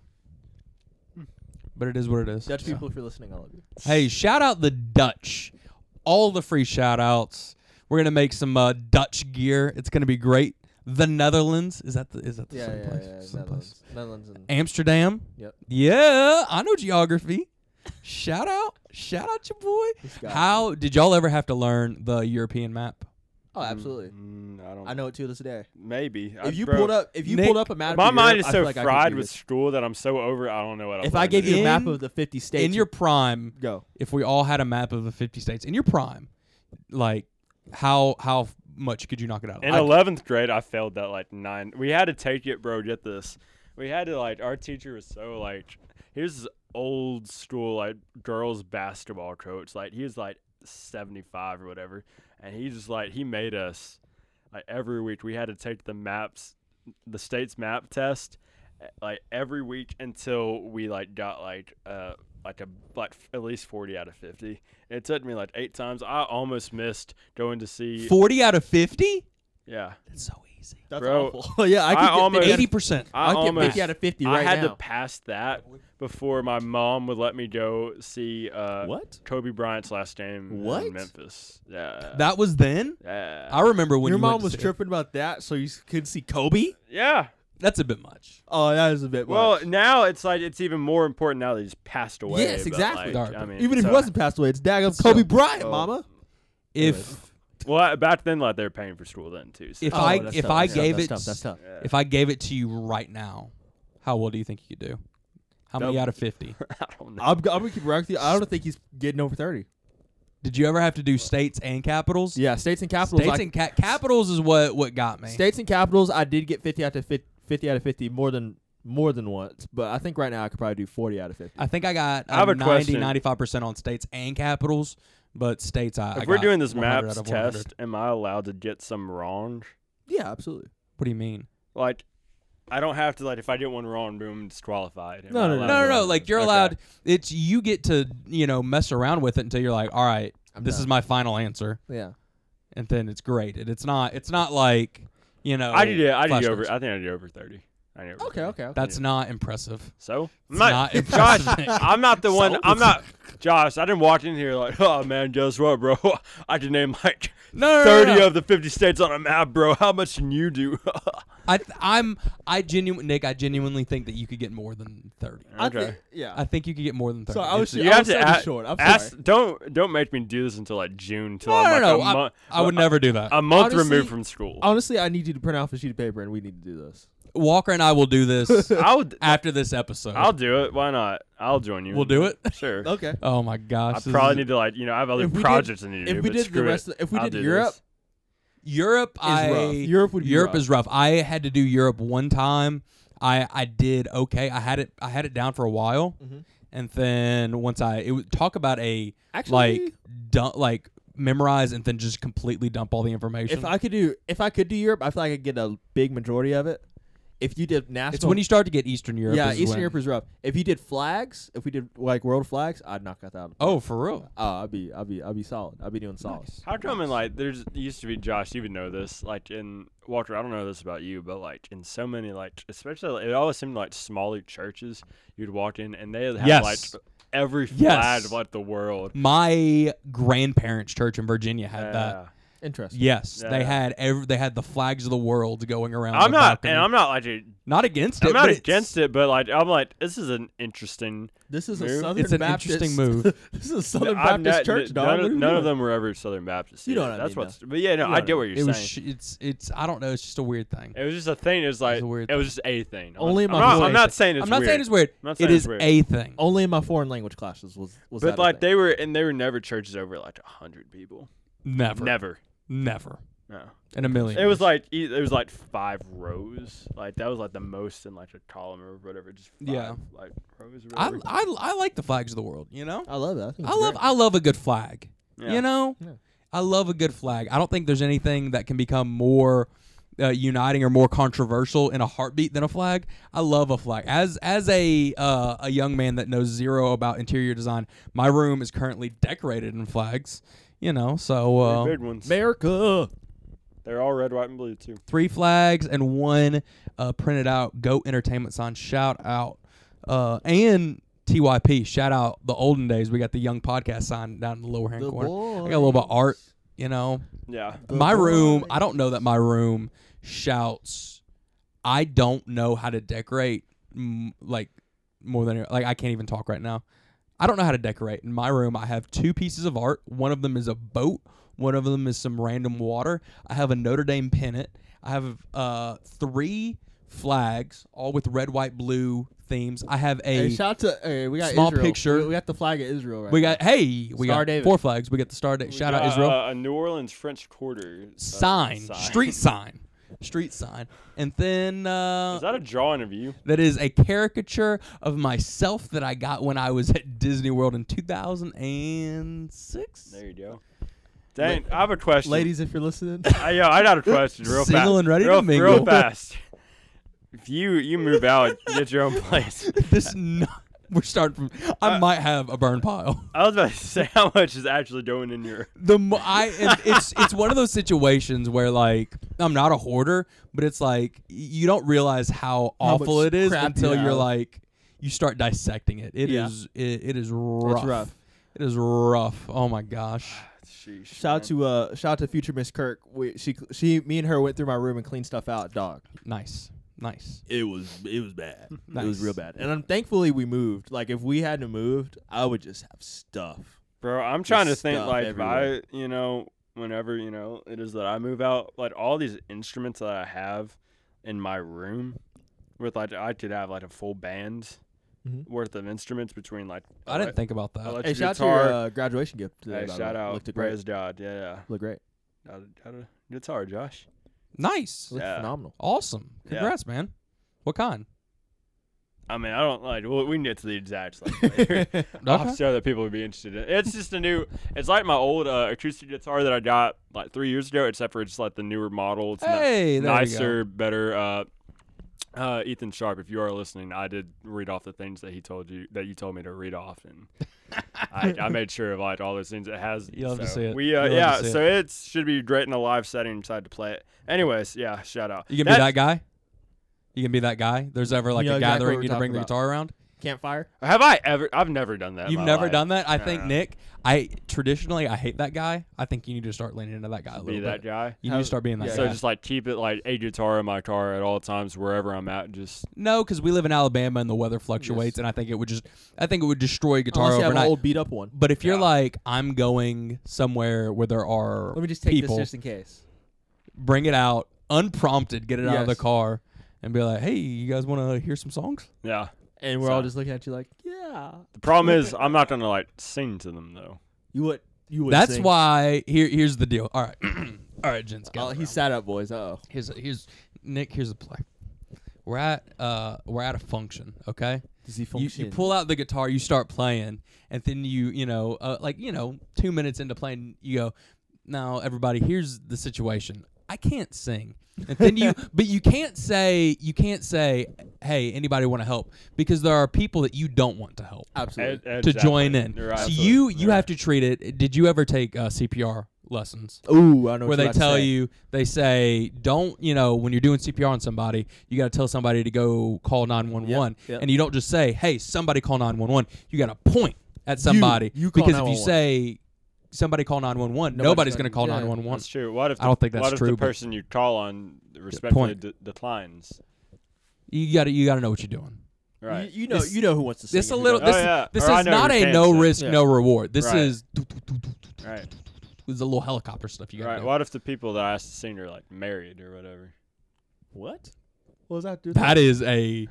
[SPEAKER 2] But it is what it is.
[SPEAKER 3] Dutch
[SPEAKER 2] so.
[SPEAKER 3] people, if you're listening, I love you.
[SPEAKER 2] Hey, shout out the Dutch. All the free shout outs. We're gonna make some uh, Dutch gear. It's gonna be great. The Netherlands is that the is that the
[SPEAKER 3] Yeah,
[SPEAKER 2] same
[SPEAKER 3] yeah,
[SPEAKER 2] place? Same
[SPEAKER 3] yeah.
[SPEAKER 2] place.
[SPEAKER 3] Netherlands. Netherlands and
[SPEAKER 2] Amsterdam.
[SPEAKER 3] Yep.
[SPEAKER 2] Yeah, I know geography. shout out, shout out your boy.
[SPEAKER 3] This guy.
[SPEAKER 2] How did y'all ever have to learn the European map?
[SPEAKER 3] Oh, absolutely.
[SPEAKER 4] Mm, I don't.
[SPEAKER 3] I know it to this day.
[SPEAKER 4] Maybe. I-
[SPEAKER 3] If you
[SPEAKER 4] bro,
[SPEAKER 3] pulled up, if you
[SPEAKER 2] Nick,
[SPEAKER 3] pulled up a map, of
[SPEAKER 4] my
[SPEAKER 3] Europe,
[SPEAKER 4] mind is
[SPEAKER 3] I
[SPEAKER 4] so
[SPEAKER 3] feel like I could
[SPEAKER 4] fried
[SPEAKER 3] do
[SPEAKER 4] with
[SPEAKER 3] this.
[SPEAKER 4] school that I'm so over. I don't know what. I've
[SPEAKER 3] If I
[SPEAKER 4] learned
[SPEAKER 3] gave you
[SPEAKER 4] today.
[SPEAKER 3] a map
[SPEAKER 2] In-
[SPEAKER 3] of the 50 states,
[SPEAKER 2] in your prime,
[SPEAKER 3] you'd go.
[SPEAKER 2] if we all had a map of the 50 states in your prime, like how how much could you knock it out?
[SPEAKER 4] in
[SPEAKER 2] I-
[SPEAKER 4] eleventh grade, I failed that like nine. We had to take it, bro. Get this. We had to like. Our teacher was so like. Here's this old school like girls basketball coach. Like he was like seventy five or whatever, and he just like he made us like every week we had to take the maps, the state's map test, eh, like every week until we like got like uh like a like f- at least forty out of fifty. It took me like eight times. I almost missed going to see.
[SPEAKER 2] 40 out of 50?
[SPEAKER 4] Yeah.
[SPEAKER 2] That's so easy.
[SPEAKER 3] That's
[SPEAKER 4] Bro,
[SPEAKER 3] awful. yeah, I could
[SPEAKER 4] I
[SPEAKER 3] get
[SPEAKER 4] almost-
[SPEAKER 3] 50 out of-
[SPEAKER 2] 80%.
[SPEAKER 4] I
[SPEAKER 3] I could get
[SPEAKER 4] almost
[SPEAKER 3] 50 out of 50 right
[SPEAKER 4] I had
[SPEAKER 3] now.
[SPEAKER 4] to pass that before my mom would let me go see uh,
[SPEAKER 3] what?
[SPEAKER 4] Kobe Bryant's last game
[SPEAKER 3] What?
[SPEAKER 4] in Memphis. Yeah.
[SPEAKER 2] That was then?
[SPEAKER 4] yeah.
[SPEAKER 2] I remember when
[SPEAKER 3] your
[SPEAKER 2] you
[SPEAKER 3] mom
[SPEAKER 2] went to
[SPEAKER 3] was
[SPEAKER 2] see it.
[SPEAKER 3] tripping about that, so you couldn't see Kobe.
[SPEAKER 4] yeah.
[SPEAKER 2] That's a bit much.
[SPEAKER 3] Oh, that is a bit.
[SPEAKER 4] Well,
[SPEAKER 3] much.
[SPEAKER 4] now it's like it's even more important now that he's passed away.
[SPEAKER 3] Yes,
[SPEAKER 4] but,
[SPEAKER 3] exactly.
[SPEAKER 4] like,
[SPEAKER 2] Dark.
[SPEAKER 4] I mean,
[SPEAKER 3] even if
[SPEAKER 4] so-
[SPEAKER 3] he wasn't passed away, it's daggum
[SPEAKER 2] Still.
[SPEAKER 3] Kobe Bryant,
[SPEAKER 4] Oh.
[SPEAKER 3] Mama.
[SPEAKER 2] If
[SPEAKER 4] well, back then, like they were paying for school then too. So.
[SPEAKER 2] if
[SPEAKER 3] Oh,
[SPEAKER 2] I
[SPEAKER 3] that's
[SPEAKER 2] if
[SPEAKER 3] tough,
[SPEAKER 2] I
[SPEAKER 3] that's tough,
[SPEAKER 2] gave
[SPEAKER 3] that's
[SPEAKER 2] it
[SPEAKER 3] tough, that's tough.
[SPEAKER 4] Yeah.
[SPEAKER 2] if I gave it to you right now, how well do you think you could do? How many
[SPEAKER 4] Double.
[SPEAKER 2] out of 50?
[SPEAKER 4] I don't know.
[SPEAKER 3] I'm, g- I'm gonna keep it right with you. I don't think he's getting over 30.
[SPEAKER 2] Did you ever have to do states and capitals?
[SPEAKER 3] Yeah, states and capitals.
[SPEAKER 2] States
[SPEAKER 3] I-
[SPEAKER 2] and ca- capitals is what what got me.
[SPEAKER 3] States and capitals, I did get 50 out of 50, 50 out of 50 more than more than once, but I think right now I could probably do 40 out of 50.
[SPEAKER 2] I think I got
[SPEAKER 4] I have
[SPEAKER 2] uh,
[SPEAKER 4] a
[SPEAKER 2] 90
[SPEAKER 4] question.
[SPEAKER 2] 95% on states and capitals, but states I I
[SPEAKER 4] if we're
[SPEAKER 2] got
[SPEAKER 4] doing this
[SPEAKER 2] 100
[SPEAKER 4] maps
[SPEAKER 2] out of 100.
[SPEAKER 4] test, am I allowed to get some wrong?
[SPEAKER 3] yeah, absolutely.
[SPEAKER 2] What do you mean?
[SPEAKER 4] Like, I don't have to like if I get one wrong, boom, disqualified. Am
[SPEAKER 3] No,
[SPEAKER 4] I
[SPEAKER 3] no,
[SPEAKER 2] No,
[SPEAKER 4] allowed to
[SPEAKER 2] no, no.
[SPEAKER 4] run?
[SPEAKER 2] Like you're
[SPEAKER 4] Okay.
[SPEAKER 2] allowed. It's you get to you know mess around with it until you're like, all right,
[SPEAKER 3] I'm
[SPEAKER 2] this
[SPEAKER 3] done.
[SPEAKER 2] is my final answer,
[SPEAKER 3] Yeah.
[SPEAKER 2] and then it's graded. It's not. It's not like you know.
[SPEAKER 4] I did. it- I did
[SPEAKER 2] flashcards.
[SPEAKER 4] it over. I think I did it over thirty. I did it over
[SPEAKER 3] Okay,
[SPEAKER 4] 30.
[SPEAKER 3] okay. okay.
[SPEAKER 2] That's not impressive.
[SPEAKER 4] So
[SPEAKER 2] It's not
[SPEAKER 4] I'm not,
[SPEAKER 2] impressive.
[SPEAKER 4] Josh, I'm not the one. I'm not Josh. I didn't walk in here like, oh man, guess what, bro? I can name like
[SPEAKER 2] No, no, no, no,
[SPEAKER 4] thirty
[SPEAKER 2] no.
[SPEAKER 4] of the fifty states on a map, bro. How much can you do?
[SPEAKER 2] I th- I'm I genuinely Nick. I genuinely think that you could get more than thirty.
[SPEAKER 3] I
[SPEAKER 4] Okay.
[SPEAKER 3] thi- yeah.
[SPEAKER 2] I think you could get more than thirty.
[SPEAKER 3] so I was,
[SPEAKER 2] It's-
[SPEAKER 4] you
[SPEAKER 3] I
[SPEAKER 4] have
[SPEAKER 3] was
[SPEAKER 4] to
[SPEAKER 3] selling
[SPEAKER 4] a-
[SPEAKER 3] short. I'm
[SPEAKER 4] Ask,
[SPEAKER 3] sorry.
[SPEAKER 4] don't don't make me do this until like June. Till
[SPEAKER 2] no, no,
[SPEAKER 4] I'm like
[SPEAKER 2] no.
[SPEAKER 4] a
[SPEAKER 2] I,
[SPEAKER 4] month,
[SPEAKER 2] I would never do that.
[SPEAKER 4] a month
[SPEAKER 3] Honestly-
[SPEAKER 4] removed from school.
[SPEAKER 3] Honestly, I need you to print off a sheet of paper, and we need to do this.
[SPEAKER 2] Walker and I will do this
[SPEAKER 4] I would.
[SPEAKER 2] after this episode.
[SPEAKER 4] I'll do it. Why not? I'll join you.
[SPEAKER 2] we'll do it.
[SPEAKER 4] Sure.
[SPEAKER 3] Okay.
[SPEAKER 2] Oh my gosh!
[SPEAKER 4] I
[SPEAKER 2] this is-
[SPEAKER 4] probably need to like you know I have other
[SPEAKER 3] If we did-
[SPEAKER 4] projects I need to do.
[SPEAKER 3] If we
[SPEAKER 4] but
[SPEAKER 3] did the
[SPEAKER 4] screw
[SPEAKER 3] rest,
[SPEAKER 4] it.
[SPEAKER 3] of, if we
[SPEAKER 4] I'll
[SPEAKER 3] did
[SPEAKER 4] do
[SPEAKER 3] Europe,
[SPEAKER 4] this.
[SPEAKER 2] Europe.
[SPEAKER 3] is
[SPEAKER 2] I
[SPEAKER 3] rough. Europe would be
[SPEAKER 2] Europe
[SPEAKER 3] rough.
[SPEAKER 2] is rough. I had to do Europe one time. I I did okay. I had it I had it down for a while,
[SPEAKER 3] Mhm.
[SPEAKER 2] and then once I it would talk about a
[SPEAKER 3] actually
[SPEAKER 2] like dump like memorize and then just completely dump all the information.
[SPEAKER 3] if I could do if I could do Europe, I feel like I'd get a big majority of it. If you did national,
[SPEAKER 2] it's when you start to get Eastern Europe.
[SPEAKER 3] yeah,
[SPEAKER 2] is
[SPEAKER 3] Eastern
[SPEAKER 2] when-
[SPEAKER 3] Europe is rough. If you did flags, if we did like world flags, I'd knock that out.
[SPEAKER 2] Oh, for real.
[SPEAKER 3] Oh, I'd be, I'd be, I'd be solid. I'd be doing solid.
[SPEAKER 2] Nice.
[SPEAKER 4] How come in like there's used to be Josh, you would know this, like in Walter, I don't know this about you, but like in so many like especially like, it always seemed like smaller churches you'd walk in and they had
[SPEAKER 2] Yes.
[SPEAKER 4] like every flag
[SPEAKER 2] Yes.
[SPEAKER 4] of like the world.
[SPEAKER 2] My grandparents' church in Virginia had that.
[SPEAKER 3] Interesting.
[SPEAKER 2] Yes, they
[SPEAKER 4] Yeah.
[SPEAKER 2] had every, they had the flags of the world going around.
[SPEAKER 4] I'm
[SPEAKER 2] the
[SPEAKER 4] not
[SPEAKER 2] balcony.
[SPEAKER 4] and I'm not like a,
[SPEAKER 2] not against it.
[SPEAKER 4] I'm not
[SPEAKER 2] but it's-
[SPEAKER 4] against it, but like I'm like this is an interesting
[SPEAKER 3] This is a
[SPEAKER 4] Move?
[SPEAKER 3] Southern
[SPEAKER 2] It's an
[SPEAKER 3] Baptist.
[SPEAKER 2] interesting move.
[SPEAKER 3] this is a Southern
[SPEAKER 4] I'm
[SPEAKER 3] Baptist
[SPEAKER 4] not-
[SPEAKER 3] church,
[SPEAKER 4] n-
[SPEAKER 3] dog.
[SPEAKER 4] None,
[SPEAKER 3] What
[SPEAKER 4] of,
[SPEAKER 3] are we
[SPEAKER 4] none of
[SPEAKER 3] doing?
[SPEAKER 4] them were ever Southern Baptist.
[SPEAKER 3] You know
[SPEAKER 4] either.
[SPEAKER 3] what I
[SPEAKER 4] That's
[SPEAKER 3] mean,
[SPEAKER 4] what's but yeah, no,
[SPEAKER 3] You know
[SPEAKER 4] I
[SPEAKER 3] what I
[SPEAKER 4] get what you're
[SPEAKER 2] It was
[SPEAKER 4] saying.
[SPEAKER 2] sh- it's it's I don't know. It's just a weird thing.
[SPEAKER 4] it was just a thing. It was like
[SPEAKER 2] a weird
[SPEAKER 4] it
[SPEAKER 2] thing.
[SPEAKER 4] was just a thing. I'm-
[SPEAKER 3] Only in
[SPEAKER 4] I'm
[SPEAKER 3] my
[SPEAKER 4] not,
[SPEAKER 3] voice.
[SPEAKER 4] I'm not saying it's
[SPEAKER 2] I'm not
[SPEAKER 4] weird.
[SPEAKER 2] saying it's weird.
[SPEAKER 4] I'm not
[SPEAKER 2] It
[SPEAKER 4] saying
[SPEAKER 2] is
[SPEAKER 4] it's weird. Oh,
[SPEAKER 2] a thing.
[SPEAKER 3] Only in my foreign language classes was was that
[SPEAKER 4] But
[SPEAKER 3] a
[SPEAKER 4] like
[SPEAKER 3] thing.
[SPEAKER 4] they were, and they were never churches over like a hundred people.
[SPEAKER 2] Never,
[SPEAKER 4] Never.
[SPEAKER 2] never
[SPEAKER 4] No.
[SPEAKER 2] in a million.
[SPEAKER 4] It was
[SPEAKER 2] years.
[SPEAKER 4] like e- it was like five rows. Like that was like the most in like a column or whatever. Just five,
[SPEAKER 2] Yeah.
[SPEAKER 4] like rows. Or
[SPEAKER 2] I,
[SPEAKER 4] whatever.
[SPEAKER 2] I I like the flags of the world. You know,
[SPEAKER 3] I love that. think
[SPEAKER 2] I
[SPEAKER 3] it's
[SPEAKER 2] love
[SPEAKER 3] great.
[SPEAKER 2] I love a good flag.
[SPEAKER 4] Yeah.
[SPEAKER 2] You know,
[SPEAKER 3] Yeah.
[SPEAKER 2] I love a good flag. I don't think there's anything that can become more uh, uniting or more controversial in a heartbeat than a flag. I love a flag. As as a uh, a young man that knows zero about interior design, my room is currently decorated in flags. You know, so
[SPEAKER 4] They're
[SPEAKER 2] uh,
[SPEAKER 4] big ones.
[SPEAKER 3] America.
[SPEAKER 4] They're all red, white, and blue too.
[SPEAKER 2] three flags and one uh, printed out goat entertainment sign shout out uh, and typ shout out the olden days we got the young podcast sign down in the lower hand
[SPEAKER 3] The
[SPEAKER 2] corner i got a little bit of art
[SPEAKER 3] boys.
[SPEAKER 2] you know
[SPEAKER 4] Yeah.
[SPEAKER 3] The
[SPEAKER 2] my room i
[SPEAKER 3] boys.
[SPEAKER 2] don't know that my room shouts i don't know how to decorate mm, like more than like i can't even talk right now i don't know how to decorate in my room i have two pieces of art one of them is a boat one of them is some random water i have a notre dame pennant i have uh three flags all with red white blue themes i have
[SPEAKER 3] Hey,
[SPEAKER 2] a
[SPEAKER 3] shout out to hey, we got
[SPEAKER 2] small
[SPEAKER 3] Israel.
[SPEAKER 2] picture.
[SPEAKER 3] We, we got the flag of Israel right
[SPEAKER 2] we
[SPEAKER 3] now.
[SPEAKER 2] got hey we
[SPEAKER 3] Star
[SPEAKER 2] got
[SPEAKER 3] David.
[SPEAKER 2] four flags we got the star da-
[SPEAKER 4] We
[SPEAKER 2] shout
[SPEAKER 4] got,
[SPEAKER 2] out israel
[SPEAKER 4] Uh, a New Orleans French Quarter uh,
[SPEAKER 2] sign, street sign, street sign, and then uh,
[SPEAKER 4] Is that a drawing of you?
[SPEAKER 2] that is a caricature of myself that I got when I was at Disney World in 2006.
[SPEAKER 4] There you go. Dang, I have a question.
[SPEAKER 3] ladies if you're listening.
[SPEAKER 4] I, yo, I got a question real fast.
[SPEAKER 2] Single and ready to
[SPEAKER 4] real,
[SPEAKER 2] mingle.
[SPEAKER 4] Real fast. If you you move out, get your own place.
[SPEAKER 2] This n- we're starting from. I
[SPEAKER 4] Uh,
[SPEAKER 2] might have a burn pile.
[SPEAKER 4] I was about to say how much is actually going in your.
[SPEAKER 2] The mo- I and it's it's one of those situations where like I'm not a hoarder, but it's like y- you don't realize how,
[SPEAKER 3] How much
[SPEAKER 2] awful it is
[SPEAKER 3] crap you
[SPEAKER 2] until you are
[SPEAKER 3] have.
[SPEAKER 2] like you start dissecting it. It is
[SPEAKER 3] Yeah.
[SPEAKER 2] it, it is rough.
[SPEAKER 3] rough.
[SPEAKER 2] It is rough. Oh my gosh.
[SPEAKER 4] Sheesh,
[SPEAKER 3] Shout out
[SPEAKER 4] man.
[SPEAKER 3] to uh, shout out to future Miss Kirk. We, she she me and her went through my room and cleaned stuff out. Dog,
[SPEAKER 2] Nice. Nice.
[SPEAKER 3] it was it was bad. It
[SPEAKER 2] Nice.
[SPEAKER 3] was real bad. And I'm thankfully we moved. Like if we hadn't moved, I would just have stuff.
[SPEAKER 4] bro. I'm trying to
[SPEAKER 3] Just
[SPEAKER 4] think
[SPEAKER 3] stuff
[SPEAKER 4] like
[SPEAKER 3] everywhere.
[SPEAKER 4] if I you know whenever you know it is that I move out like all these instruments that I have in my room with like I could have like a full band
[SPEAKER 3] Mhm.
[SPEAKER 4] worth of instruments between like
[SPEAKER 2] I didn't
[SPEAKER 4] elec-
[SPEAKER 2] think about that.
[SPEAKER 4] elec-
[SPEAKER 3] Hey,
[SPEAKER 4] Electric
[SPEAKER 3] shout out to
[SPEAKER 4] guitar.
[SPEAKER 3] your uh, graduation gift. Today,
[SPEAKER 4] Hey,
[SPEAKER 3] by the
[SPEAKER 4] shout
[SPEAKER 3] way.
[SPEAKER 4] out,
[SPEAKER 3] Looked
[SPEAKER 4] praise
[SPEAKER 3] great.
[SPEAKER 4] God, yeah, yeah.
[SPEAKER 3] Looked great.
[SPEAKER 4] Got a- got a guitar, Josh.
[SPEAKER 2] nice.
[SPEAKER 3] Looked
[SPEAKER 4] Yeah.
[SPEAKER 3] phenomenal.
[SPEAKER 2] Awesome.
[SPEAKER 4] Yeah.
[SPEAKER 2] Congrats, man. What kind?
[SPEAKER 4] I mean, I don't like. Well, we can get to the exact like later.
[SPEAKER 2] Okay.
[SPEAKER 3] Oh,
[SPEAKER 4] I'm sure that people would be interested in. It's just a new. It's like my old uh, acoustic guitar that I got like three years ago, except for it's like the newer model. It's not-
[SPEAKER 2] Hey, there
[SPEAKER 4] nicer,
[SPEAKER 2] you
[SPEAKER 4] better. Uh, uh, Ethan Sharp, if you are listening, I did read off the things that he told you that you told me to read off, and I, I made sure of like all those things. It has.
[SPEAKER 2] You'll have to
[SPEAKER 4] so
[SPEAKER 2] see it.
[SPEAKER 4] We uh,
[SPEAKER 2] You'll
[SPEAKER 4] yeah.
[SPEAKER 2] have to see
[SPEAKER 4] so it. should be great in a live setting. Decided to play it. Anyways, yeah. Shout out.
[SPEAKER 2] go. You gonna be that guy? You gonna be that guy? There's ever like
[SPEAKER 3] You know
[SPEAKER 2] a
[SPEAKER 3] exactly
[SPEAKER 2] gathering,
[SPEAKER 3] what
[SPEAKER 2] you
[SPEAKER 3] we're
[SPEAKER 2] to bring the
[SPEAKER 3] talking
[SPEAKER 2] guitar around.
[SPEAKER 3] campfire.
[SPEAKER 4] Have I ever? I've never done that. in
[SPEAKER 2] You've
[SPEAKER 4] my
[SPEAKER 2] never
[SPEAKER 4] life.
[SPEAKER 2] done that. I
[SPEAKER 4] No,
[SPEAKER 2] think
[SPEAKER 4] no.
[SPEAKER 2] Nick. I traditionally I hate that guy. I think you need to start leaning into that guy a little
[SPEAKER 4] Be that
[SPEAKER 2] bit.
[SPEAKER 4] guy.
[SPEAKER 2] You need
[SPEAKER 3] How-
[SPEAKER 2] to start being that
[SPEAKER 3] yeah.
[SPEAKER 4] So
[SPEAKER 2] guy.
[SPEAKER 4] just like keep it like a guitar in my car at all times, wherever I'm at. Just
[SPEAKER 2] no, because we live in Alabama and the weather fluctuates, and I think it would just, I think it would destroy a guitar
[SPEAKER 3] Unless you have an
[SPEAKER 2] overnight.
[SPEAKER 3] old beat up one.
[SPEAKER 2] But if you're
[SPEAKER 4] Yeah.
[SPEAKER 2] like, I'm going somewhere where there are
[SPEAKER 3] Let me just take
[SPEAKER 2] people,
[SPEAKER 3] this just in case.
[SPEAKER 2] bring it out unprompted, get it out of the
[SPEAKER 3] Yes.
[SPEAKER 2] car, and be like, hey, you guys want to hear some songs?
[SPEAKER 4] yeah.
[SPEAKER 3] And we're all
[SPEAKER 4] So-
[SPEAKER 3] just looking at you like, yeah,
[SPEAKER 4] The problem is I'm not gonna like sing to them though.
[SPEAKER 3] you would. You would.
[SPEAKER 2] That's
[SPEAKER 3] sing.
[SPEAKER 2] why. Here, here's the deal. All right, all right, gents.
[SPEAKER 3] Oh,
[SPEAKER 2] gather
[SPEAKER 3] he
[SPEAKER 2] around.
[SPEAKER 3] sat up, boys. Oh,
[SPEAKER 2] here's here's Nick. Here's the play. We're at uh we're at a function, okay?
[SPEAKER 3] does he
[SPEAKER 2] You, you pull out the guitar, you start playing, and then you you know uh, like you know two minutes into playing, you go, now everybody, here's the situation. I can't sing, and then you but you can't say you can't say hey anybody want to help because there are people that you don't want to help
[SPEAKER 3] Absolutely.
[SPEAKER 4] Ed- Ed
[SPEAKER 2] to
[SPEAKER 4] Zeppelin.
[SPEAKER 2] join in.
[SPEAKER 4] You're right.
[SPEAKER 2] So
[SPEAKER 4] Absolutely.
[SPEAKER 2] you you
[SPEAKER 4] Right.
[SPEAKER 2] have to treat it. Did you ever take uh, CPR lessons?
[SPEAKER 3] uh, Ooh, I know
[SPEAKER 2] where
[SPEAKER 3] what
[SPEAKER 2] they
[SPEAKER 3] about to
[SPEAKER 2] tell
[SPEAKER 3] say.
[SPEAKER 2] you they say don't you know when you're doing CPR on somebody you got to tell somebody to go call 911
[SPEAKER 3] Yep, yep.
[SPEAKER 2] and you don't just say hey somebody call 911 you got to point at somebody
[SPEAKER 3] you call
[SPEAKER 2] because if you
[SPEAKER 3] 911.
[SPEAKER 2] say somebody call 911
[SPEAKER 3] Nobody's
[SPEAKER 2] nobody's
[SPEAKER 3] gonna-
[SPEAKER 2] going to call
[SPEAKER 3] yeah.
[SPEAKER 4] That's
[SPEAKER 2] 911
[SPEAKER 4] true. What if
[SPEAKER 2] I don't
[SPEAKER 4] the-
[SPEAKER 2] think that's
[SPEAKER 4] what if
[SPEAKER 2] true,
[SPEAKER 4] the
[SPEAKER 2] but-
[SPEAKER 4] person you call on respectfully
[SPEAKER 2] point.
[SPEAKER 4] de- declines?
[SPEAKER 2] you got to you got to know what you're doing
[SPEAKER 4] Right.
[SPEAKER 3] You, you know,
[SPEAKER 2] This-
[SPEAKER 3] you know who wants to sing.
[SPEAKER 2] this a
[SPEAKER 3] if you
[SPEAKER 2] little
[SPEAKER 3] don't.
[SPEAKER 4] Oh,
[SPEAKER 2] this
[SPEAKER 4] yeah.
[SPEAKER 2] is this
[SPEAKER 4] Or I
[SPEAKER 2] is
[SPEAKER 4] know who
[SPEAKER 2] not a
[SPEAKER 4] can
[SPEAKER 2] no
[SPEAKER 4] sing.
[SPEAKER 2] risk
[SPEAKER 3] Yeah.
[SPEAKER 2] no reward this
[SPEAKER 4] Right.
[SPEAKER 2] is
[SPEAKER 4] right.
[SPEAKER 2] this is a little helicopter stuff you got to
[SPEAKER 4] Right.
[SPEAKER 2] do.
[SPEAKER 4] What if the people that I asked to sing are like married or whatever?
[SPEAKER 3] What? What does that do?
[SPEAKER 2] that is a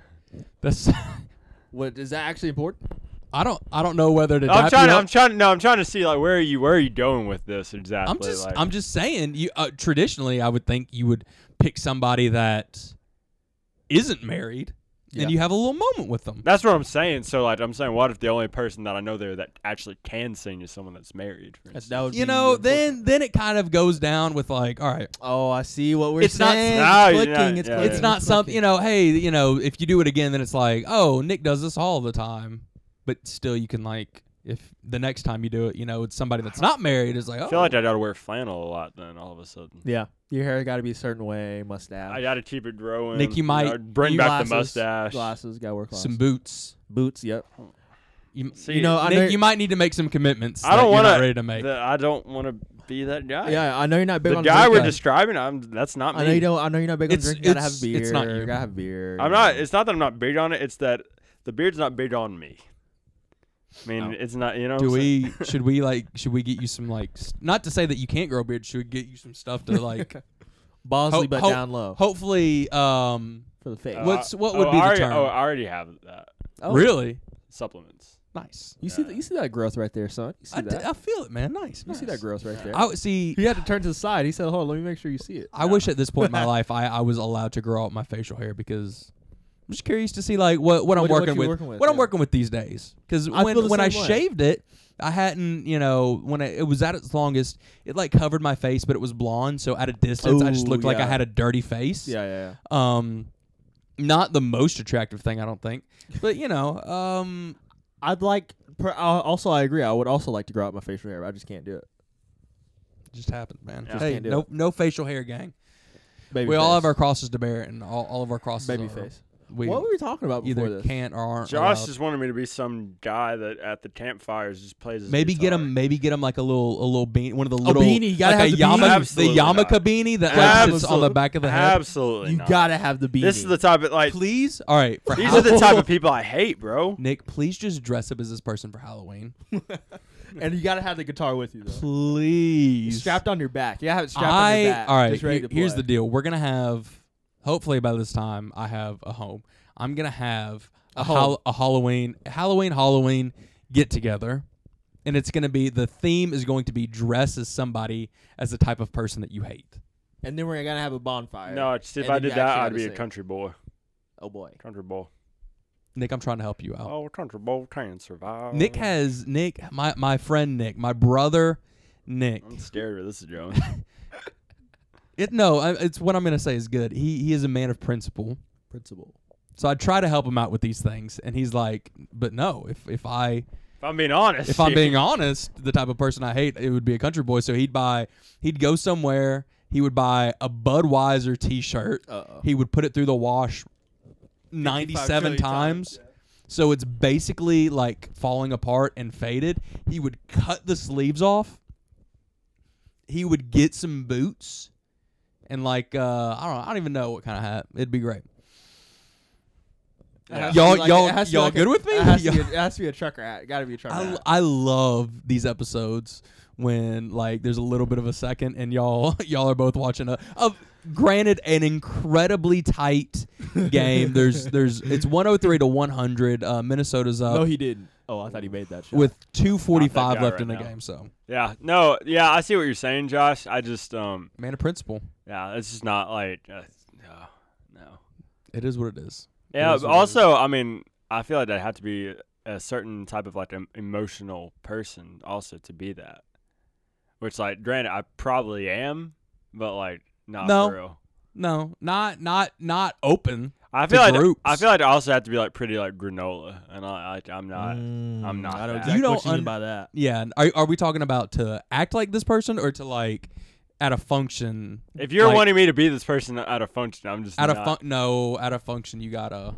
[SPEAKER 2] that's
[SPEAKER 3] What is that actually important?
[SPEAKER 2] I don't I don't know whether to
[SPEAKER 4] I'm
[SPEAKER 2] dap
[SPEAKER 4] trying.
[SPEAKER 2] you
[SPEAKER 4] To,
[SPEAKER 2] up.
[SPEAKER 4] I'm trying. No, I'm trying to see like where are you? Where are you going with this exactly?
[SPEAKER 2] I'm just
[SPEAKER 4] like,
[SPEAKER 2] I'm just saying you uh, traditionally I would think you would pick somebody that isn't married
[SPEAKER 3] Yeah.
[SPEAKER 2] and you have a little moment with them.
[SPEAKER 4] That's what I'm saying. So like I'm saying, what if the only person that I know there that actually can sing is someone that's married? for
[SPEAKER 3] That's,
[SPEAKER 4] instance?
[SPEAKER 3] that would
[SPEAKER 2] You
[SPEAKER 3] be
[SPEAKER 2] know,
[SPEAKER 3] important.
[SPEAKER 2] then then it kind of goes down with like, all right,
[SPEAKER 3] Oh, I see what we're
[SPEAKER 2] It's not-
[SPEAKER 3] saying.
[SPEAKER 4] No,
[SPEAKER 3] it's
[SPEAKER 4] you're
[SPEAKER 3] clicking.
[SPEAKER 4] not-
[SPEAKER 3] it's
[SPEAKER 4] Oh, yeah,
[SPEAKER 3] clicking.
[SPEAKER 2] it's not
[SPEAKER 3] it's
[SPEAKER 2] something,
[SPEAKER 3] clicking.
[SPEAKER 2] you know, hey, you know, if you do it again then it's like, oh, Nick does this all the time, but still you can like if the next time you do it, you know, it's somebody that's not married is like, oh,
[SPEAKER 4] I feel like I gotta wear flannel a lot. Then all of a sudden,
[SPEAKER 3] Yeah, your hair got to be a certain way. Mustache.
[SPEAKER 4] I gotta keep it growing.
[SPEAKER 2] Nick, you
[SPEAKER 4] know,
[SPEAKER 2] might-
[SPEAKER 4] bring
[SPEAKER 2] you-
[SPEAKER 4] back
[SPEAKER 3] Glasses,
[SPEAKER 4] the mustache.
[SPEAKER 3] Glasses. Got to wear glasses.
[SPEAKER 2] some boots.
[SPEAKER 3] boots. Yep.
[SPEAKER 2] You,
[SPEAKER 4] See,
[SPEAKER 3] You know, I
[SPEAKER 2] Nick,
[SPEAKER 3] know
[SPEAKER 2] you might need to make some commitments.
[SPEAKER 4] I don't
[SPEAKER 2] want
[SPEAKER 4] wanna-
[SPEAKER 2] to ready to make.
[SPEAKER 4] the- I don't want to be that guy.
[SPEAKER 3] Yeah, I know you're not big
[SPEAKER 4] the
[SPEAKER 3] on
[SPEAKER 4] guy we're
[SPEAKER 3] drinking.
[SPEAKER 4] describing, I'm. That's not me.
[SPEAKER 3] I know you don't. I know you're not big on
[SPEAKER 2] It's-
[SPEAKER 3] drinking. Gotta have
[SPEAKER 2] it's-
[SPEAKER 3] beer.
[SPEAKER 2] it's not you.
[SPEAKER 3] Gotta have beer.
[SPEAKER 4] I'm not. It's not that I'm not big on it. It's that the beard's not big on me. I mean,
[SPEAKER 2] No.
[SPEAKER 4] it's not. You know.
[SPEAKER 2] Oh. Do
[SPEAKER 4] what I'm saying?
[SPEAKER 2] we should we like should we get you some like s- not to say that you can't grow a beard, should we get you some stuff to like
[SPEAKER 3] Bosley,
[SPEAKER 2] Ho-
[SPEAKER 3] but
[SPEAKER 2] ho-
[SPEAKER 3] down low
[SPEAKER 2] hopefully um
[SPEAKER 3] for the face.
[SPEAKER 4] Uh,
[SPEAKER 2] what's- what would
[SPEAKER 4] oh,
[SPEAKER 2] be
[SPEAKER 4] I
[SPEAKER 2] the
[SPEAKER 4] already,
[SPEAKER 2] term?
[SPEAKER 4] Oh, I already have that
[SPEAKER 3] Oh,
[SPEAKER 2] really
[SPEAKER 4] supplements.
[SPEAKER 2] nice.
[SPEAKER 3] You see that? You see that growth right there, son. You see
[SPEAKER 2] I, d-
[SPEAKER 3] that?
[SPEAKER 2] I feel it, man. Nice.
[SPEAKER 3] You see that growth right there?
[SPEAKER 2] I would see
[SPEAKER 3] He had to turn to the side. He said, "Hold on, let me make sure you see it."
[SPEAKER 2] I wish at this point in my life I, I was allowed to grow out my facial hair because I'm just curious to see like what, what I'm
[SPEAKER 3] What- what
[SPEAKER 2] working,
[SPEAKER 3] you
[SPEAKER 2] with,
[SPEAKER 3] working with,
[SPEAKER 2] what I'm
[SPEAKER 3] yeah.
[SPEAKER 2] working with these days. Because
[SPEAKER 3] I feel
[SPEAKER 2] when
[SPEAKER 3] the
[SPEAKER 2] when I
[SPEAKER 3] same way.
[SPEAKER 2] shaved it, I hadn't you know when I, it was at its longest, it like covered my face, but it was blonde. So at a distance, I just
[SPEAKER 3] Ooh,
[SPEAKER 2] looked like I
[SPEAKER 3] yeah.
[SPEAKER 2] had a dirty face.
[SPEAKER 3] Yeah, yeah, yeah.
[SPEAKER 2] Um, not the most attractive thing, I don't think, but you know, um,
[SPEAKER 3] I'd like. Per, I- also, I agree. I would also like to grow out my facial hair. but I just can't do it.
[SPEAKER 2] it just happened, man.
[SPEAKER 4] Just
[SPEAKER 2] hey,
[SPEAKER 3] can't do
[SPEAKER 2] no, no facial hair, gang.
[SPEAKER 3] Baby
[SPEAKER 2] we
[SPEAKER 3] face.
[SPEAKER 2] all have our crosses to bear, and all, all of our crosses.
[SPEAKER 3] baby
[SPEAKER 2] are-
[SPEAKER 3] face.
[SPEAKER 2] We
[SPEAKER 3] what were we talking about before
[SPEAKER 2] either
[SPEAKER 3] this?
[SPEAKER 2] can't or aren't.
[SPEAKER 4] Josh
[SPEAKER 2] allowed.
[SPEAKER 4] just wanted me to be some guy that at the campfires just plays. His
[SPEAKER 2] Maybe get
[SPEAKER 4] guitar.
[SPEAKER 2] him. Maybe get him like a little, a little beanie, one of the little
[SPEAKER 3] beanie, you gotta
[SPEAKER 2] like
[SPEAKER 3] have
[SPEAKER 2] a
[SPEAKER 3] the beanie.
[SPEAKER 2] yarmulke-
[SPEAKER 4] Absolutely
[SPEAKER 2] the yarmulke
[SPEAKER 4] not.
[SPEAKER 2] beanie that like, sits on the
[SPEAKER 3] Absolutely-
[SPEAKER 2] back of the head.
[SPEAKER 4] Absolutely.
[SPEAKER 3] you
[SPEAKER 4] not.
[SPEAKER 3] gotta have the beanie.
[SPEAKER 4] This is the type of like.
[SPEAKER 2] Please, all right. For
[SPEAKER 4] These are the type
[SPEAKER 2] Halloween-
[SPEAKER 4] of people I hate, bro.
[SPEAKER 2] Nick, please just dress up as this person for Halloween.
[SPEAKER 3] and you gotta have the guitar with you though.
[SPEAKER 2] Please,
[SPEAKER 3] Strapped on your back. You gotta have it strapped
[SPEAKER 2] I,
[SPEAKER 3] on your back.
[SPEAKER 2] All right,
[SPEAKER 3] Just ready
[SPEAKER 2] here-
[SPEAKER 3] to
[SPEAKER 2] here's
[SPEAKER 3] play.
[SPEAKER 2] the deal. We're gonna have, hopefully by this time, I have a home. I'm gonna have a,
[SPEAKER 3] A
[SPEAKER 2] hol-
[SPEAKER 3] home.
[SPEAKER 2] a Halloween, Halloween, Halloween get together, and it's gonna be the theme is going to be dress as somebody as the type of person that you hate.
[SPEAKER 3] And then we're gonna have a bonfire.
[SPEAKER 4] No, just if
[SPEAKER 3] And
[SPEAKER 4] I
[SPEAKER 3] then you
[SPEAKER 4] did that,
[SPEAKER 3] actually
[SPEAKER 4] I'd
[SPEAKER 3] gotta
[SPEAKER 4] be a
[SPEAKER 3] sing.
[SPEAKER 4] country boy.
[SPEAKER 3] Oh boy.
[SPEAKER 4] Country boy.
[SPEAKER 2] Nick, I'm trying to help you out.
[SPEAKER 4] Oh, country boy can survive.
[SPEAKER 2] Nick has Nick, my my friend Nick, my brother Nick.
[SPEAKER 4] I'm scared of this, Joe.
[SPEAKER 2] It no, I, it's what I'm gonna say is good. He he is a man of principle.
[SPEAKER 3] Principal.
[SPEAKER 2] So I try to help him out with these things, and he's like, "But no, if if I
[SPEAKER 4] if I'm being honest.
[SPEAKER 2] if I'm
[SPEAKER 4] here.
[SPEAKER 2] being honest, the type of person I hate, it would be a country boy. So he'd buy, he'd go somewhere, he would buy a Budweiser T-shirt,
[SPEAKER 3] Uh oh.
[SPEAKER 2] he would put it through the wash ninety-seven times. so it's basically like falling apart and faded. He would cut the sleeves off. He would get some boots, and like uh, I don't I don't even know what kind of hat. It'd be great.
[SPEAKER 3] It has to
[SPEAKER 2] Y'all-
[SPEAKER 3] be like-
[SPEAKER 2] y'all-
[SPEAKER 3] it has to be
[SPEAKER 2] y'all
[SPEAKER 3] like a-
[SPEAKER 2] good with me?
[SPEAKER 3] It has, to be
[SPEAKER 2] Y'all-
[SPEAKER 3] a, it has to be a trucker hat. Got to be a trucker
[SPEAKER 2] I,
[SPEAKER 3] hat.
[SPEAKER 2] l- I love these episodes when like there's a little bit of a second and y'all y'all are both watching a, a granted an incredibly tight game there's there's it's 103 to 100 uh, Minnesota's up
[SPEAKER 3] no, he didn't. Oh, I thought he made that shot.
[SPEAKER 2] with 245
[SPEAKER 4] guy
[SPEAKER 2] left
[SPEAKER 4] right
[SPEAKER 2] in the
[SPEAKER 4] now.
[SPEAKER 2] game so
[SPEAKER 4] Yeah. No. Yeah. I see what you're saying, Josh. I just um.
[SPEAKER 2] man of principle
[SPEAKER 4] Yeah. It's just not like. Uh, no. No.
[SPEAKER 2] it is what it is It
[SPEAKER 4] Yeah.
[SPEAKER 2] is
[SPEAKER 4] but
[SPEAKER 2] what it is.
[SPEAKER 4] Also, I mean, I feel like I have to be a certain type of like em- emotional person also to be that. Which, like, granted, I probably am, but like, not
[SPEAKER 2] No.
[SPEAKER 4] for real.
[SPEAKER 2] no not not not open
[SPEAKER 4] I
[SPEAKER 2] To
[SPEAKER 4] feel like
[SPEAKER 2] groups.
[SPEAKER 4] I feel like I also have to be like pretty like granola, and I like I'm not. I'm not
[SPEAKER 3] I know
[SPEAKER 4] that.
[SPEAKER 3] exactly
[SPEAKER 2] You Mm, don't
[SPEAKER 3] what you mean
[SPEAKER 2] un-
[SPEAKER 3] by that.
[SPEAKER 2] yeah are, are we talking about to act like this person or to like at a function
[SPEAKER 4] If you're
[SPEAKER 2] like,
[SPEAKER 4] wanting me to be this person out of function, I'm just
[SPEAKER 2] out
[SPEAKER 4] not.
[SPEAKER 2] of fun no out of function you gotta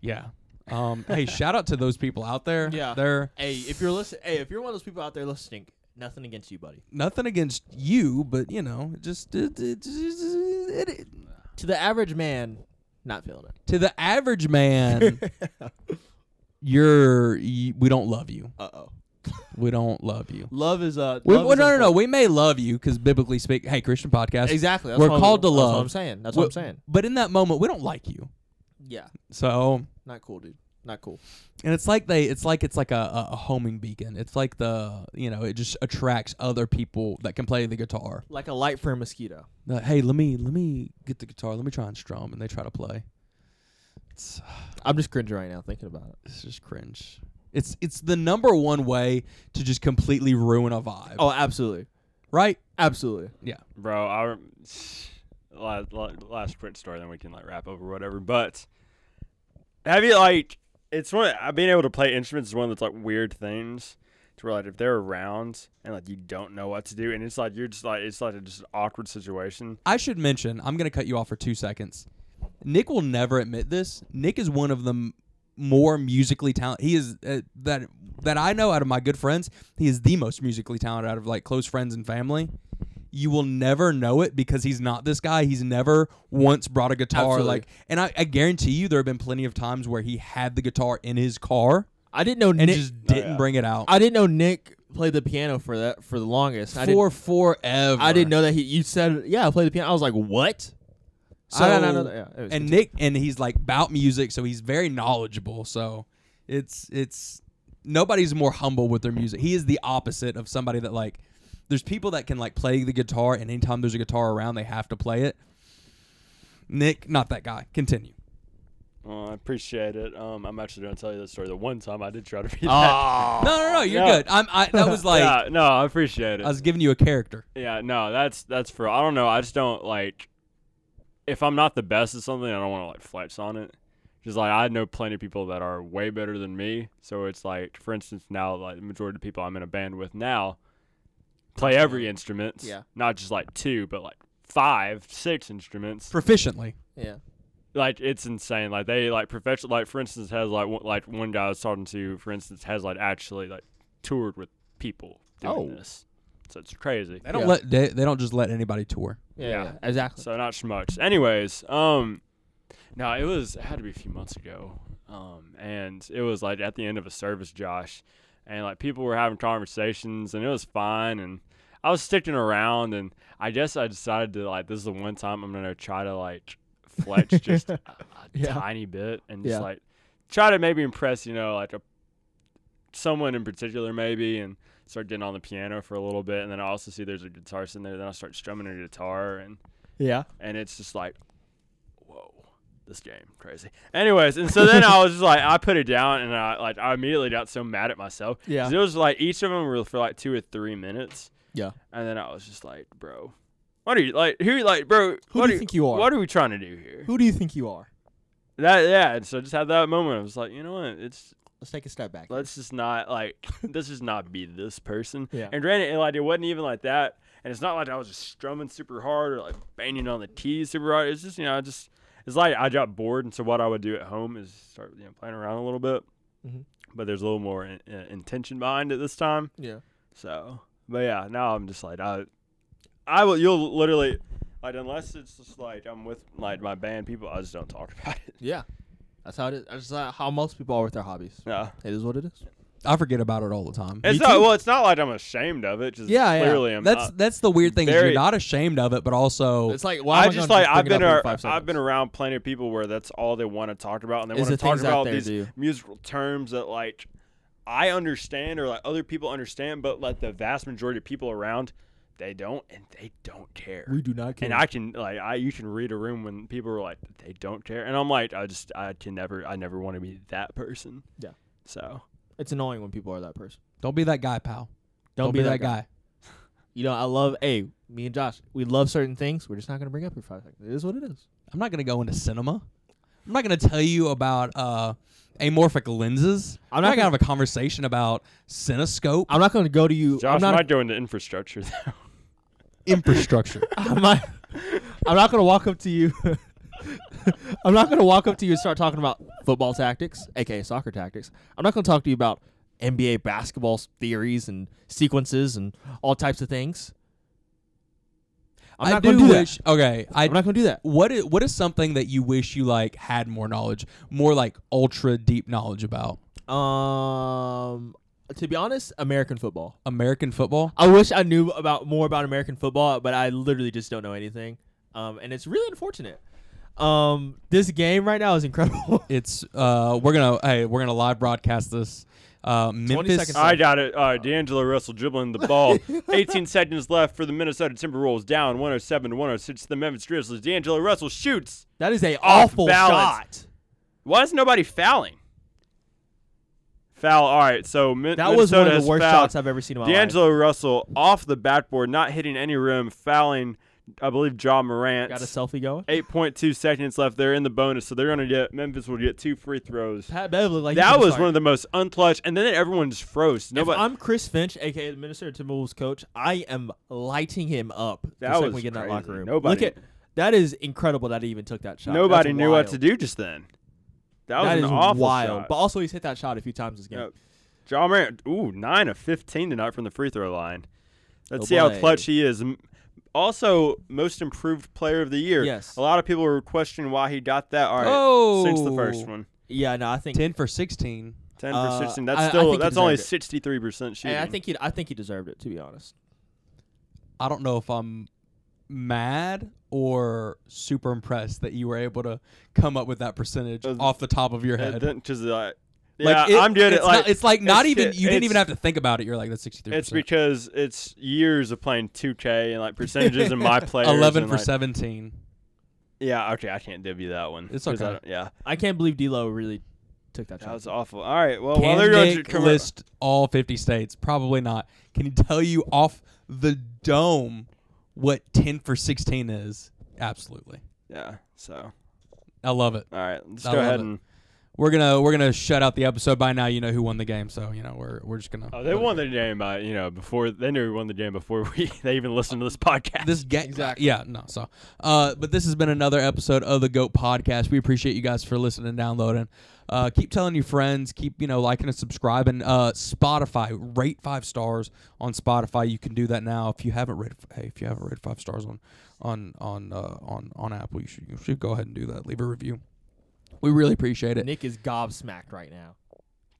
[SPEAKER 2] yeah um hey shout out to those people out there
[SPEAKER 3] Yeah.
[SPEAKER 2] they're
[SPEAKER 3] Hey, if you're listening, hey, if you're one of those people out there listening, nothing against you, buddy.
[SPEAKER 2] nothing against you but you know it just it, it, it, it-
[SPEAKER 3] To the average man, not feeling it.
[SPEAKER 2] to the average man you're you, we don't love you
[SPEAKER 3] uh oh.
[SPEAKER 2] we don't love you
[SPEAKER 3] Love is uh.
[SPEAKER 2] we,
[SPEAKER 3] love
[SPEAKER 2] well,
[SPEAKER 3] is
[SPEAKER 2] no no no
[SPEAKER 3] important.
[SPEAKER 2] we may love you because biblically speak hey christian podcast
[SPEAKER 3] Exactly. That's
[SPEAKER 2] We're
[SPEAKER 3] what I'm-
[SPEAKER 2] called to
[SPEAKER 3] That's
[SPEAKER 2] love.
[SPEAKER 3] what I'm saying. That's
[SPEAKER 2] We-
[SPEAKER 3] what I'm saying.
[SPEAKER 2] but in that moment we don't like you
[SPEAKER 3] Yeah.
[SPEAKER 2] so
[SPEAKER 3] Not cool, dude. Not cool.
[SPEAKER 2] And it's like they, it's like it's like a, a, a homing beacon. It's like the, you know, it just attracts other people that can play the guitar.
[SPEAKER 3] Like a light for a mosquito.
[SPEAKER 2] Like, hey, let me, let me get the guitar. Let me try and strum, and they try to play. It's,
[SPEAKER 3] I'm just cringing right now thinking about it.
[SPEAKER 2] it's just cringe. It's it's the number one way to just completely ruin a vibe,
[SPEAKER 3] Oh, absolutely,
[SPEAKER 2] right?
[SPEAKER 3] absolutely.
[SPEAKER 4] bro. I rem- la- la- last quick story, then we can like wrap up or whatever. But have you like it's one uh, being able to play instruments is one of those like weird things. To where like if they're around and like you don't know what to do, and it's like you're just like it's like a, just an awkward situation.
[SPEAKER 2] I should mention, I'm gonna cut you off for two seconds. Nick will never admit this. Nick is one of the m- more musically talented. He is uh, that that I know out of my good friends. He is the most musically talented out of like close friends and family. You will never know it because he's not this guy. He's never once brought a guitar.
[SPEAKER 3] Absolutely.
[SPEAKER 2] Like, and I, I guarantee you, there have been plenty of times where he had the guitar in his car
[SPEAKER 3] I didn't know
[SPEAKER 2] and
[SPEAKER 3] Nick.
[SPEAKER 2] just didn't
[SPEAKER 4] yeah.
[SPEAKER 2] bring it out
[SPEAKER 3] I didn't know Nick played the piano for that for the longest. I didn't,
[SPEAKER 2] for forever.
[SPEAKER 3] I didn't know that he. You said yeah, I played the piano. I was like, what? I did not know that. Yeah, it was
[SPEAKER 2] and
[SPEAKER 3] good.
[SPEAKER 2] Nick and he's like about music, so he's very knowledgeable. So it's it's nobody's more humble with their music. He is the opposite of somebody that like there's people that can like play the guitar and anytime there's a guitar around they have to play it. Nick, not that guy. Continue.
[SPEAKER 4] Well, I appreciate it. Um, I'm actually gonna tell you this story. The one time I did try to be that.
[SPEAKER 3] Oh.
[SPEAKER 2] No, no, no, you're
[SPEAKER 4] No.
[SPEAKER 2] good. I'm I that was like
[SPEAKER 4] yeah, no, I appreciate it.
[SPEAKER 2] I was giving you a character.
[SPEAKER 4] Yeah, no, that's that's for I don't know. I just don't like if I'm not the best at something, I don't want to like flex on it. Just like I know plenty of people that are way better than me, so it's like for instance now like the majority of people I'm in a band with now play every instrument.
[SPEAKER 3] Yeah.
[SPEAKER 4] Not just like two, but like five, six instruments.
[SPEAKER 2] Proficiently.
[SPEAKER 3] yeah.
[SPEAKER 4] Like it's insane. Like they like professional like for instance has like one, like one guy I was talking to for instance has like actually like toured with people doing
[SPEAKER 3] Oh.
[SPEAKER 4] this. So it's crazy.
[SPEAKER 2] They don't
[SPEAKER 3] Yeah.
[SPEAKER 2] let they, they don't just let anybody tour.
[SPEAKER 3] Yeah,
[SPEAKER 4] Yeah.
[SPEAKER 3] yeah, exactly.
[SPEAKER 4] So not schmucks. Anyways, um, no, it was it had to be a few months ago, um, and it was like at the end of a service, Josh, and like people were having conversations, and it was fine, and I was sticking around, and I guess I decided to like this is the one time I'm gonna try to like flex just a, a
[SPEAKER 3] Yeah.
[SPEAKER 4] tiny bit, and just
[SPEAKER 3] Yeah.
[SPEAKER 4] like try to maybe impress, you know, like a someone in particular maybe, and start getting on the piano for a little bit, and then I also see there's a guitar sitting there, then I start strumming a guitar, and
[SPEAKER 3] yeah.
[SPEAKER 4] and it's just like, whoa, this game crazy. Anyways, and so then I was just like, I put it down, and I like I immediately got so mad at myself. 'Cause
[SPEAKER 3] Yeah.
[SPEAKER 4] it was like each of them were for like two or three minutes.
[SPEAKER 3] Yeah.
[SPEAKER 4] and then I was just like, bro, what are you like? Who like, bro?
[SPEAKER 3] Who
[SPEAKER 4] what
[SPEAKER 3] do you think you are?
[SPEAKER 4] What are we trying to do here?
[SPEAKER 3] Who do you think you are?
[SPEAKER 4] That yeah. And so I just had that moment. I was like, you know what? It's
[SPEAKER 3] Let's take a step back.
[SPEAKER 4] let's just not like let's just not be this person.
[SPEAKER 3] Yeah.
[SPEAKER 4] And granted, it, like it wasn't even like that. And it's not like I was just strumming super hard or like banging on the keys super hard. It's just you know I just it's like I got bored, and so what I would do at home is start you know playing around a little bit.
[SPEAKER 3] Mhm.
[SPEAKER 4] But there's a little more in, uh, intention behind it this time.
[SPEAKER 3] Yeah.
[SPEAKER 4] So, but yeah, now I'm just like I, I will. You'll literally like unless it's just like I'm with like my band people, I just don't talk about it.
[SPEAKER 3] Yeah. That's how it is. That's not how most people are with their hobbies.
[SPEAKER 4] No.
[SPEAKER 3] It is what it is.
[SPEAKER 2] I forget about it all the time.
[SPEAKER 4] It's
[SPEAKER 3] Me
[SPEAKER 4] not
[SPEAKER 3] too.
[SPEAKER 4] well. It's not like I'm ashamed of it. Just
[SPEAKER 3] Yeah, yeah.
[SPEAKER 4] clearly I'm
[SPEAKER 2] That's
[SPEAKER 4] not.
[SPEAKER 2] that's the weird thing is you're
[SPEAKER 4] very-
[SPEAKER 2] not ashamed of it, but also
[SPEAKER 3] It's like why
[SPEAKER 4] I
[SPEAKER 3] am
[SPEAKER 4] just
[SPEAKER 3] gonna
[SPEAKER 4] like I've
[SPEAKER 3] bring it
[SPEAKER 4] been
[SPEAKER 3] up in
[SPEAKER 4] ar-
[SPEAKER 3] five
[SPEAKER 4] I've been
[SPEAKER 3] seconds?
[SPEAKER 4] around plenty of people where that's all they want to talk about, and they
[SPEAKER 3] Is
[SPEAKER 4] want
[SPEAKER 3] the
[SPEAKER 4] to talk
[SPEAKER 3] things out
[SPEAKER 4] about
[SPEAKER 3] there
[SPEAKER 4] these
[SPEAKER 3] do.
[SPEAKER 4] musical terms that like I understand or like other people understand, but like the vast majority of people around, they don't, and they don't care.
[SPEAKER 3] We do not care.
[SPEAKER 4] and I can like I you can read a room when people are like they don't care, and I'm like I just I can never I never want to be that person.
[SPEAKER 3] Yeah.
[SPEAKER 4] So
[SPEAKER 3] it's annoying when people are that person.
[SPEAKER 2] don't be that guy, pal.
[SPEAKER 3] Don't,
[SPEAKER 2] be, that guy.
[SPEAKER 3] You know, I love. Hey, me and Josh, we love certain things. We're just not gonna bring up your five seconds. It is what it is.
[SPEAKER 2] I'm not gonna go into cinema. I'm not gonna tell you about uh, amorphic lenses. I'm
[SPEAKER 3] I'm
[SPEAKER 2] not
[SPEAKER 3] not
[SPEAKER 2] gonna have a conversation about cinescope
[SPEAKER 3] I'm not gonna go to you.
[SPEAKER 4] Josh
[SPEAKER 3] I'm not.
[SPEAKER 4] might go into infrastructure though.
[SPEAKER 2] infrastructure.
[SPEAKER 3] I'm not, I'm not gonna walk up to you. I'm not gonna walk up to you and start talking about football tactics, aka soccer tactics. I'm not gonna talk to you about NBA basketball s- theories and sequences and all types of things. I'm not gonna do that.
[SPEAKER 2] Okay, I
[SPEAKER 3] I'm not gonna do that.
[SPEAKER 2] what is what is something that you wish you like had more knowledge, more like ultra deep knowledge about
[SPEAKER 3] Um, to be honest, American football.
[SPEAKER 2] American football?
[SPEAKER 3] I wish I knew about more about American football, but I literally just don't know anything. Um, and it's really unfortunate. Um, this game right now is incredible.
[SPEAKER 2] It's uh, we're gonna hey, we're gonna live broadcast this. Uh, Memphis,
[SPEAKER 3] seconds.
[SPEAKER 4] I got it. Uh, D'Angelo Russell dribbling the ball. 18 seconds left for the Minnesota Timberwolves, down 107 to 106 to the Memphis Grizzlies. D'Angelo Russell shoots.
[SPEAKER 3] that is a
[SPEAKER 4] Off
[SPEAKER 3] awful
[SPEAKER 4] balance.
[SPEAKER 3] shot.
[SPEAKER 4] Why is nobody fouling? Foul. All right. So Min-
[SPEAKER 3] That
[SPEAKER 4] Minnesota
[SPEAKER 3] was one of
[SPEAKER 4] has
[SPEAKER 3] the worst
[SPEAKER 4] fouled.
[SPEAKER 3] shots I've ever seen in my life.
[SPEAKER 4] D'Angelo Russell off the backboard, not hitting any rim, fouling. I believe Ja Morant.
[SPEAKER 3] Got a selfie going.
[SPEAKER 4] 8.2 seconds left. They're in the bonus, so they're gonna get Memphis will get two free throws.
[SPEAKER 3] Pat Bev looked like
[SPEAKER 4] That was one of the most unclutch, and then everyone just froze. Nobody.
[SPEAKER 3] If I'm Chris Finch, aka the Minnesota Timberwolves coach, I am lighting him up. the
[SPEAKER 4] That
[SPEAKER 3] second
[SPEAKER 4] was
[SPEAKER 3] we get in that
[SPEAKER 4] crazy.
[SPEAKER 3] locker room.
[SPEAKER 4] Nobody-
[SPEAKER 3] Look at that is incredible that he even took that shot.
[SPEAKER 4] Nobody
[SPEAKER 3] That's
[SPEAKER 4] knew
[SPEAKER 3] wild.
[SPEAKER 4] what to do just then. That was
[SPEAKER 3] That
[SPEAKER 4] an
[SPEAKER 3] is
[SPEAKER 4] awful
[SPEAKER 3] wild.
[SPEAKER 4] shot.
[SPEAKER 3] But also he's hit that shot a few times this game.
[SPEAKER 4] Yep. John Morant, ooh, nine of fifteen tonight from the free throw line. Let's
[SPEAKER 3] Oh,
[SPEAKER 4] see how
[SPEAKER 3] boy.
[SPEAKER 4] clutch he is. M- Also, most improved player of the year.
[SPEAKER 3] Yes.
[SPEAKER 4] A lot of people were questioning why he got that. All right, since the first
[SPEAKER 2] Oh.
[SPEAKER 4] one,
[SPEAKER 3] Yeah, no, I think
[SPEAKER 2] ten for sixteen.
[SPEAKER 4] ten
[SPEAKER 3] Uh,
[SPEAKER 4] for sixteen.
[SPEAKER 3] I- I
[SPEAKER 4] That's still
[SPEAKER 3] think he
[SPEAKER 4] that's only
[SPEAKER 3] deserved
[SPEAKER 4] sixty three percent shooting.
[SPEAKER 3] and I think he I think he deserved it to be honest.
[SPEAKER 2] I don't know if I'm mad or super impressed that you were able to come up with that percentage
[SPEAKER 4] Uh,
[SPEAKER 2] off the top of your
[SPEAKER 4] Uh,
[SPEAKER 2] head.
[SPEAKER 4] then- 'cause, uh, yeah,
[SPEAKER 2] Like, it-
[SPEAKER 4] I'm doing
[SPEAKER 2] it's
[SPEAKER 4] it like
[SPEAKER 2] not, it's like not
[SPEAKER 4] it's-
[SPEAKER 2] even you didn't even
[SPEAKER 4] it's-
[SPEAKER 2] have to think about it. You're like that's sixty three.
[SPEAKER 4] It's because it's years of playing 2K and like percentages in my players.
[SPEAKER 2] eleven
[SPEAKER 4] and,
[SPEAKER 2] for
[SPEAKER 4] like-
[SPEAKER 2] seventeen.
[SPEAKER 4] Yeah, okay, I can't give you that one.
[SPEAKER 2] It's
[SPEAKER 4] 'cause I
[SPEAKER 2] okay.
[SPEAKER 4] don't- Yeah,
[SPEAKER 3] I can't believe D'Lo really took that
[SPEAKER 4] that
[SPEAKER 3] shot.
[SPEAKER 4] was awful. All right, Oh, well, while
[SPEAKER 2] Can
[SPEAKER 4] they're going to
[SPEAKER 2] Nick
[SPEAKER 4] come
[SPEAKER 2] list all fifty states? Probably not. Can he tell you off the dome what ten for sixteen is? Absolutely.
[SPEAKER 4] yeah, so
[SPEAKER 2] I love it.
[SPEAKER 4] all right, let's
[SPEAKER 2] I
[SPEAKER 4] go
[SPEAKER 2] love
[SPEAKER 4] ahead
[SPEAKER 2] it.
[SPEAKER 4] and.
[SPEAKER 2] We're gonna we're gonna shut out the episode by now. You know who won the game, so you know we're we're just gonna.
[SPEAKER 4] Oh, they won the game by you know before they knew we won the game before we they even listened to this podcast.
[SPEAKER 2] this game yeah no so uh but this has been another episode of the goat podcast we appreciate you guys for listening and downloading uh keep telling your friends keep you know liking and subscribing uh spotify rate five stars on spotify you can do that now if you haven't rated hey if you haven't rated five stars on on on uh on on apple you should you should go ahead and do that leave a review we really appreciate it
[SPEAKER 3] Nick is gobsmacked right now.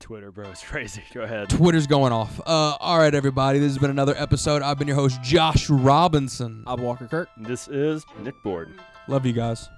[SPEAKER 4] Twitter, bro, it's crazy. Go ahead.
[SPEAKER 2] twitter's going off uh all right everybody this has been another episode i've been your host josh robinson
[SPEAKER 3] I'm Walker Kirk.
[SPEAKER 4] This is Nick Board.
[SPEAKER 2] love you guys